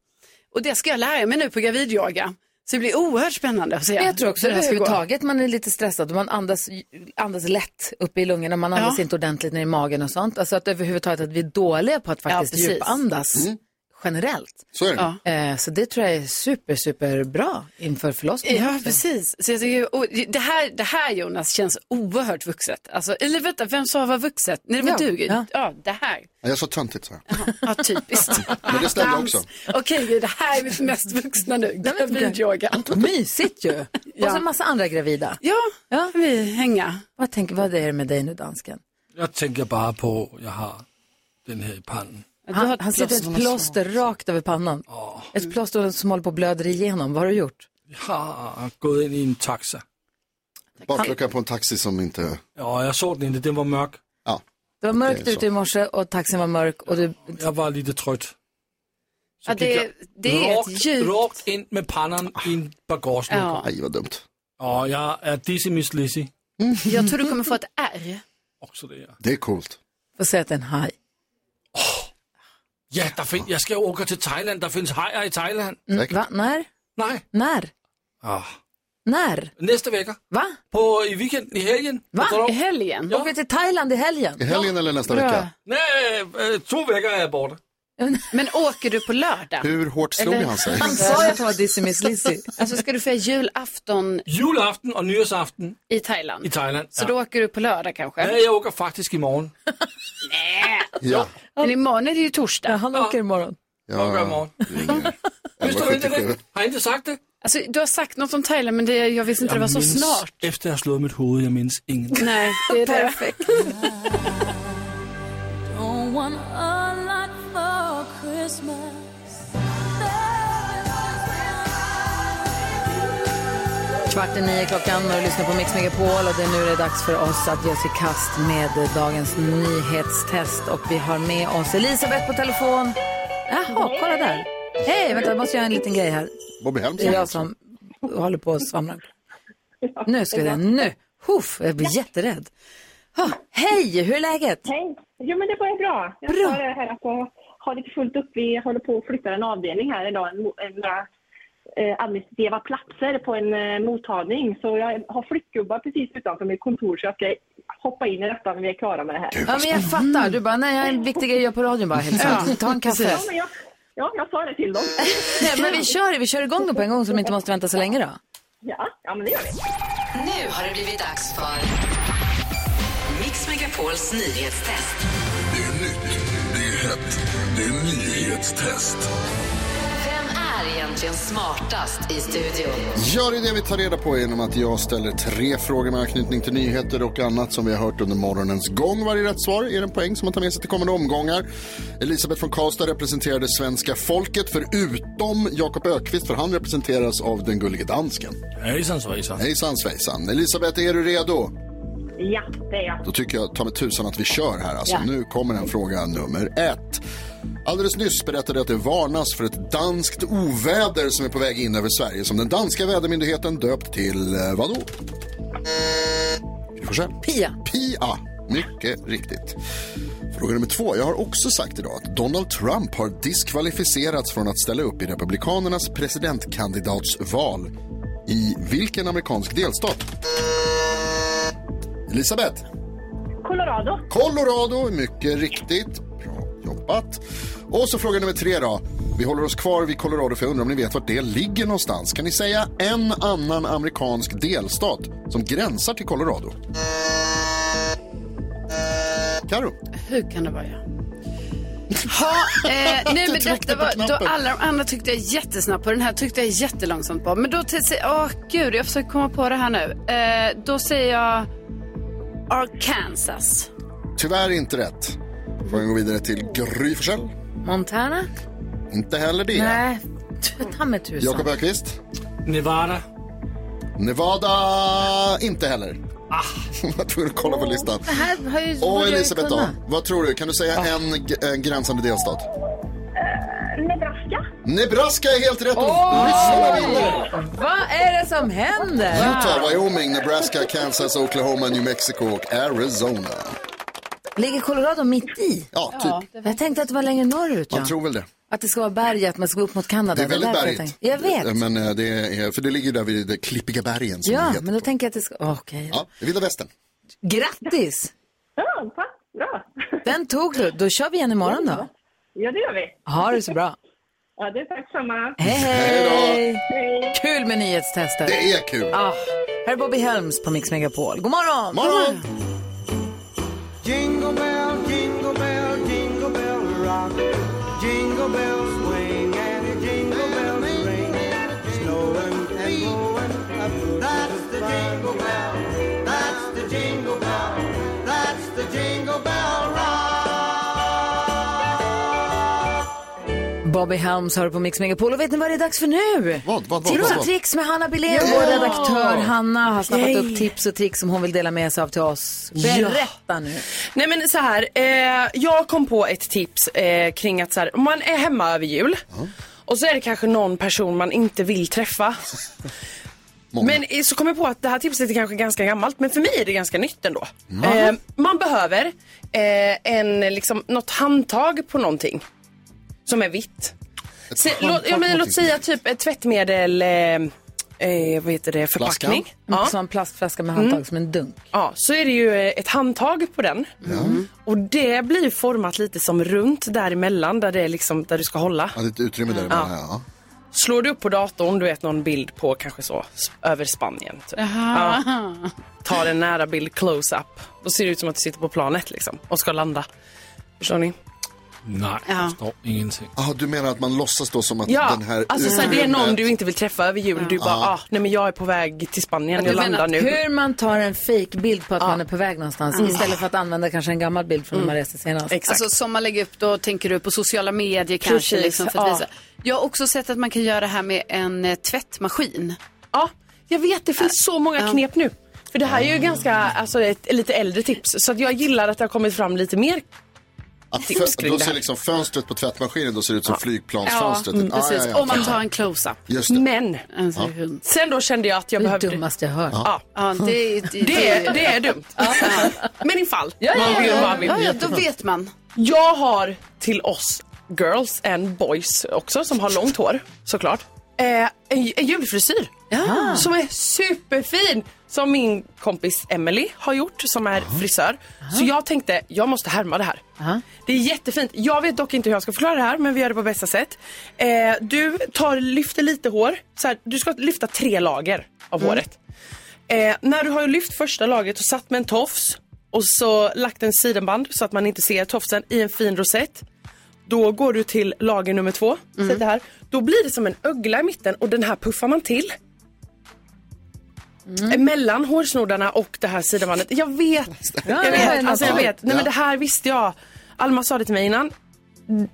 H: Och det ska jag lära mig nu på gravidyoga. Så det blir oerhört spännande att se.
A: Men jag tror också
H: hur
A: det här
H: ska gå.
A: överhuvudtaget, man är lite stressad och man andas, andas lätt uppe i lungorna, man andas
H: Ja.
A: inte ordentligt ner i magen och sånt. Alltså att överhuvudtaget att vi är dåliga på att faktiskt
H: precis.
A: djupandas
H: Mm.
A: generellt.
C: Så
H: är det.
A: Eh, så det tror jag är super, super bra inför förlossningen.
H: Ja,
A: också.
H: precis. Så jag tycker, och det, här, det här Jonas känns oerhört vuxet. Alltså, eller vänta, vem sa var vuxet? Nej, det var
A: Ja,
H: du. Gud.
A: ja.
H: Ja. det här.
C: Ja, Jag sa töntigt så.
H: Ja, typiskt.
C: Men det stämde
H: Dans.
C: också.
H: Okej, Gud, det här är mitt mest vuxna nu. Gravidyoga.
A: Mysigt ju. Och så
H: Ja.
A: en massa andra gravida.
H: Ja, ja. vi hänga.
A: Vad, tänker, vad är det med dig nu, dansken?
E: Jag tänker bara på, jag har den här i pannan.
A: Han, han sitter ett plåster rakt över pannan. Ett plåster som håller på och blöder igenom. Vad har du gjort?
E: har gått in i en taxa.
C: Bakluckan på en taxi som inte...
E: Ja, jag såg den inte, den var mörk.
C: Ja.
A: Det var mörkt
E: Det är så.
A: ute i morse och taxin var mörk. Och du...
E: Jag var lite trött. Så
A: Ja, det-
E: gik jeg
A: det är ett
E: rakt-
A: djupt-
E: Rakt in med pannan i en bagage.
H: Ja.
C: Nej, vad dumt.
E: Ja, jag är dizzy miss Lizzy.
H: Jag tror du kommer få ett R.
E: Också det, ja.
C: Det är coolt.
A: Får säga att det är en haj.
E: Ja, der fin- jag ska åka till Thailand, där finns hajar i Thailand.
A: Mm, va? När?
E: Nej.
A: När?
E: Ah.
A: När?
E: Nästa vecka.
A: Va?
E: På, I weekenden, i helgen.
A: Va?
E: Tror du?
A: I helgen?
E: Ja.
A: Åker vi till Thailand i helgen?
C: I helgen eller nästa
A: Bra.
C: vecka?
E: Nej, eh, två veckor är jag borta.
H: Men åker du på lördag?
C: Hur hårt slog
H: Eller-
C: han sig?
A: Han sa ju att han var Dizzy Miss Lizzy.
H: Alltså ska du fira julafton
E: Julaften och nyårsaften
H: i Thailand?
E: i Thailand.
H: Så då åker du på lördag kanske?
E: Nej, jag åker faktiskt imorgon.
C: Ja.
H: Men imorgon är det ju torsdag. Ja,
A: han åker imorgon.
E: Jag åker imorgon. Visste du inte det? Har jag inte sagt det?
H: Alltså, du har sagt något om Thailand men det, jag visste inte det var så
E: minns
H: snart.
E: Efter jag slog mitt huvud, jag minns ingenting.
H: Nej, det är perfekt.
F: Don't want a lot for Christmas.
A: Kvart i nio klockan och du lyssnar på Mix Megapol och det är nu det är dags för oss att ge oss i kast med dagens nyhetstest och vi har med oss Elisabeth på telefon. Jaha, kolla där. Hej, vänta jag måste göra en liten grej här.
C: Bobby Helm.
A: Det är
E: alltså-
A: jag som håller på och svamlar. Nu ska vi se, nu. Huff, jag blir jätterädd. Ha, hej, hur är läget?
N: Hej! Jo, men det var ju bra. Jag
A: Bra.
N: sa det här att jag har lite fullt upp. Vi håller på att flytta en avdelning här idag. En, mo- en, några eh, administrativa platser på en eh, mottagning. Så jag har flyttgubbar precis utanför mitt kontor så jag ska hoppa in i detta när vi är klara med det här.
A: Ja, men jag fattar. Du bara, nej, jag har en viktig grej att göra på radion bara. Helt
N: Ja,
A: sant. Ta en kaffe.
N: Ja, men jag, ja, jag sa det till dem.
A: Nej, men vi kör, vi kör igång dem på en gång så de inte måste vänta så länge då.
N: Ja, ja men det gör vi.
B: Nu har det blivit dags för Mix Megapols nyhetstest.
F: Det är nytt, det är hett, det är nyhetstest.
B: Vem är egentligen smartast i studion?
C: Ja, det är det vi tar reda på genom att jag ställer tre frågor med anknytning till nyheter och annat som vi har hört under morgonens gång. Varje rätt svar är en poäng som man tar med sig till kommande omgångar. Elisabeth från Karlstad representerade svenska folket förutom Jakob Ökvist för han representeras av den gullige dansken.
E: Hejsan svejsan.
C: Hejsan svejsan. Elisabeth, är du redo?
N: Ja, det är jag.
C: Då tycker jag ta med tusan att vi kör här. Alltså,
N: Ja.
C: Nu kommer en fråga nummer ett. Alldeles nyss berättade jag att det varnas för ett danskt oväder som är på väg in över Sverige som den danska vädermyndigheten döpt till eh, vadå? Vi får se.
A: Pia.
C: Pia. Mycket riktigt. Fråga nummer två. Jag har också sagt idag att Donald Trump har diskvalificerats från att ställa upp i Republikanernas presidentkandidatsval i vilken amerikansk delstat? Elisabeth.
N: Colorado.
C: Colorado, mycket riktigt. Bra jobbat. Och så fråga nummer tre då. Vi håller oss kvar vid Colorado för jag undrar om ni vet vart det ligger någonstans. Kan ni säga en annan amerikansk delstat som gränsar till Colorado? Karo.
H: Hur kan det vara jag? Ha, eh, nej,
F: Du
H: men
F: tryckte
H: detta
F: på
H: var, då
F: knappen.
H: alla de andra tyckte jag jättesnabbt på den här tyckte jag jättelångsamt på. Men då tänkte jag, åh gud, jag försöker komma på det här nu. Eh, då säger jag Arkansas.
C: Tyvärr inte rätt. Frågan går vidare till Gry Forssell.
A: Montana?
C: Inte heller det.
A: Nej, Ta mig tusan.
C: Jakob Ökvist.
E: Nevada.
C: Nevada, inte heller. Ah. Jag tror att kolla på listan.
A: Det här har ju... borde
C: Och
A: jag ju
C: Elisabeth då,
A: kunna. Ah.
C: vad tror du? Kan du säga en, g- en gränsande delstat?
N: Nebraska.
C: Nebraska är helt rätt.
A: Åh!
C: Oh! Ryssarna vinner.
A: Vad är det som händer?
C: Utah, Wyoming, Nebraska, Kansas, Oklahoma, New Mexico och Arizona.
A: Ligger Colorado mitt i?
C: Ja, typ.
A: Jag tänkte att det var längre norrut.
C: Man
A: ja.
C: tror väl det.
A: Att det ska vara berg, att man ska gå upp mot Kanada.
C: Det är väldigt
A: därför
C: bergigt.
A: jag tänkte- Jag vet.
C: Eh, Men eh, det är, för det ligger där vid de klippiga bergen som det
A: Ja,
C: heter.
A: men då tänker jag att det ska... Okej.
C: Ja, det är vilda västern.
A: Grattis!
N: Ja, tack. Bra.
A: Den tog du. Då kör vi igen imorgon då.
N: Ja, det gör vi.
A: Ha det så bra.
N: Ja, det är tack samma.
A: Hej, hej! Kul med nyhetstester.
C: Det är kul.
A: Ja. Ah, Här är Bobby Helms på Mix Megapol. God morgon!
F: Morgon! Jingle bell, jingle bell, jingle bell rock. Jingle bells swing and a jingle bell ring. Snowing and blowing up That's the jingle bell. That's the jingle bell. That's the jingle bell rock.
A: Bobby Helms hör på Mix Megapol. Och vet ni vad det är dags för nu?
C: Vad, vad,
A: tips
F: vad,
A: och
F: vad?
A: tricks med Hanna Billén,
F: Ja!
A: vår redaktör. Hanna har snappat
F: Yay!
A: upp tips och tricks som hon vill dela med sig av till oss.
F: Ja.
A: Berätta nu.
O: Nej men så här, eh, jag kom på ett tips eh, kring att så här, om man är hemma över jul och så är det kanske någon person man inte vill träffa. Men eh, så kom jag på att det här tipset är kanske ganska gammalt men för mig är det ganska nytt ändå.
F: Ja.
O: Eh, man behöver eh, en, liksom, något handtag på någonting som är vitt. Se,
F: handtag
O: låt, ja,
F: på
O: men, låt
F: någonting
O: säga typ ett tvättmedel, eh, eh, vad heter det, förpackning.
A: Ja. Som en plastflaska med handtag, som en dunk.
O: Ja, så är det ju eh, ett handtag på den. Och det blir format lite som runt däremellan där det är liksom där du ska hålla.
C: Ja, det är ett utrymme där.
O: Ja.
C: Ja. Ja.
O: Slår du upp på datorn, du vet någon bild på kanske så s- över Spanien. Typ.
H: Jaha.
O: Ja. Tar en nära bild close up. Då ser det ut som att du sitter på planet liksom och ska landa. Förstår ni?
E: Nej,
O: Ja.
E: jag förstår ingenting.
C: Ah, du menar att man låtsas då som att
O: Ja,
C: den här
O: alltså så här, det är någon
C: utrymmet-
O: du inte vill träffa över jul. Du bara,
C: Ja.
O: ah, nej men jag är på väg till Spanien,
A: Att du
O: jag landar
A: menar
O: nu.
A: Hur man tar en fake-bild på att man är på väg någonstans
H: Mm.
A: istället för att använda kanske en gammal bild från när man reste senast.
H: Alltså som man lägger upp då tänker du på sociala medier kanske.
A: Precis,
H: Liksom, för att
A: ja.
H: visa. Jag har också sett att man kan göra det här med en eh, tvättmaskin.
O: Ja, jag vet det finns så många knep nu. För det här är ju ganska, alltså ett lite äldre tips. Så att jag gillar att det har kommit fram lite mer.
C: Att
O: tips
C: fö-
O: kring
C: då
O: det här.
C: ser liksom fönstret på tvättmaskinen då ser det ut som flygplansfönstret.
O: mm,
C: Ah,
O: precis. Om man tar en
H: close-up.
C: Just det.
O: Men
C: Ja.
O: sen då kände jag att jag
A: Det är
O: behövde...
A: det dummaste jag hört.
O: Ja.
H: Ja, det, det,
O: det, är, det är dumt. Men ifall man vill vad man vill.
H: Ja, ja, då vet man.
O: Jag har till oss girls and boys också som har långt hår såklart. Eh, en, en julfrisyr
F: Ah.
O: som är superfin som min kompis Emily har gjort som är frisör. Så jag tänkte jag måste härma det här. Det är jättefint. Jag vet dock inte hur jag ska förklara det här men vi gör det på bästa sätt. Eh, du tar, lyfter lite hår. Så här, du ska lyfta tre lager av
F: Mm.
O: håret. Eh, när du har lyft första lagret och satt med en tofs och så lagt en sidenband så att man inte ser tofsen i en fin rosett. Då går du till lager nummer två.
F: Mm.
O: Sätter här. Då blir det som en ögla i mitten och den här puffar man till.
F: Mm.
O: Eh, Mellan hårsnoddarna och det här sidenbandet. Jag vet.
F: Ja,
O: jag
F: det är
O: vet.
F: något.
O: Alltså, jag vet. Nej,
F: Ja.
O: men det här visste jag. Alma sa det till mig innan.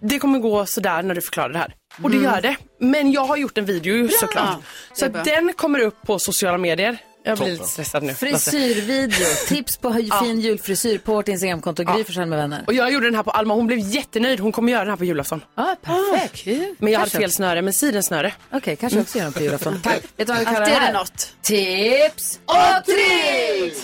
O: Det kommer gå sådär när du förklarar det här. Och det
F: Mm.
O: gör det. Men jag har gjort en video ju,
A: Bra!
O: såklart. Så
A: Det är
O: att
A: bra.
O: den kommer upp på sociala medier. Jag blir lite stressad nu.
A: Frisyrvideo, tips på hur fin julfrisyr på vårt Instagramkonto, Gry Forssell med vänner.
O: Och jag gjorde den här på Alma, hon blev jättenöjd. Hon kommer göra den här på julafton.
A: Ja, perfekt.
O: Men jag hade
A: Ah, Kanske.
O: fel snöre, men sidensnöre.
A: Okej, kanske jag också gör den på julafton. Tack. Vet du vad vi kallar
H: Alltid
A: det
H: är det
A: här?
H: något.
A: Tips och tricks!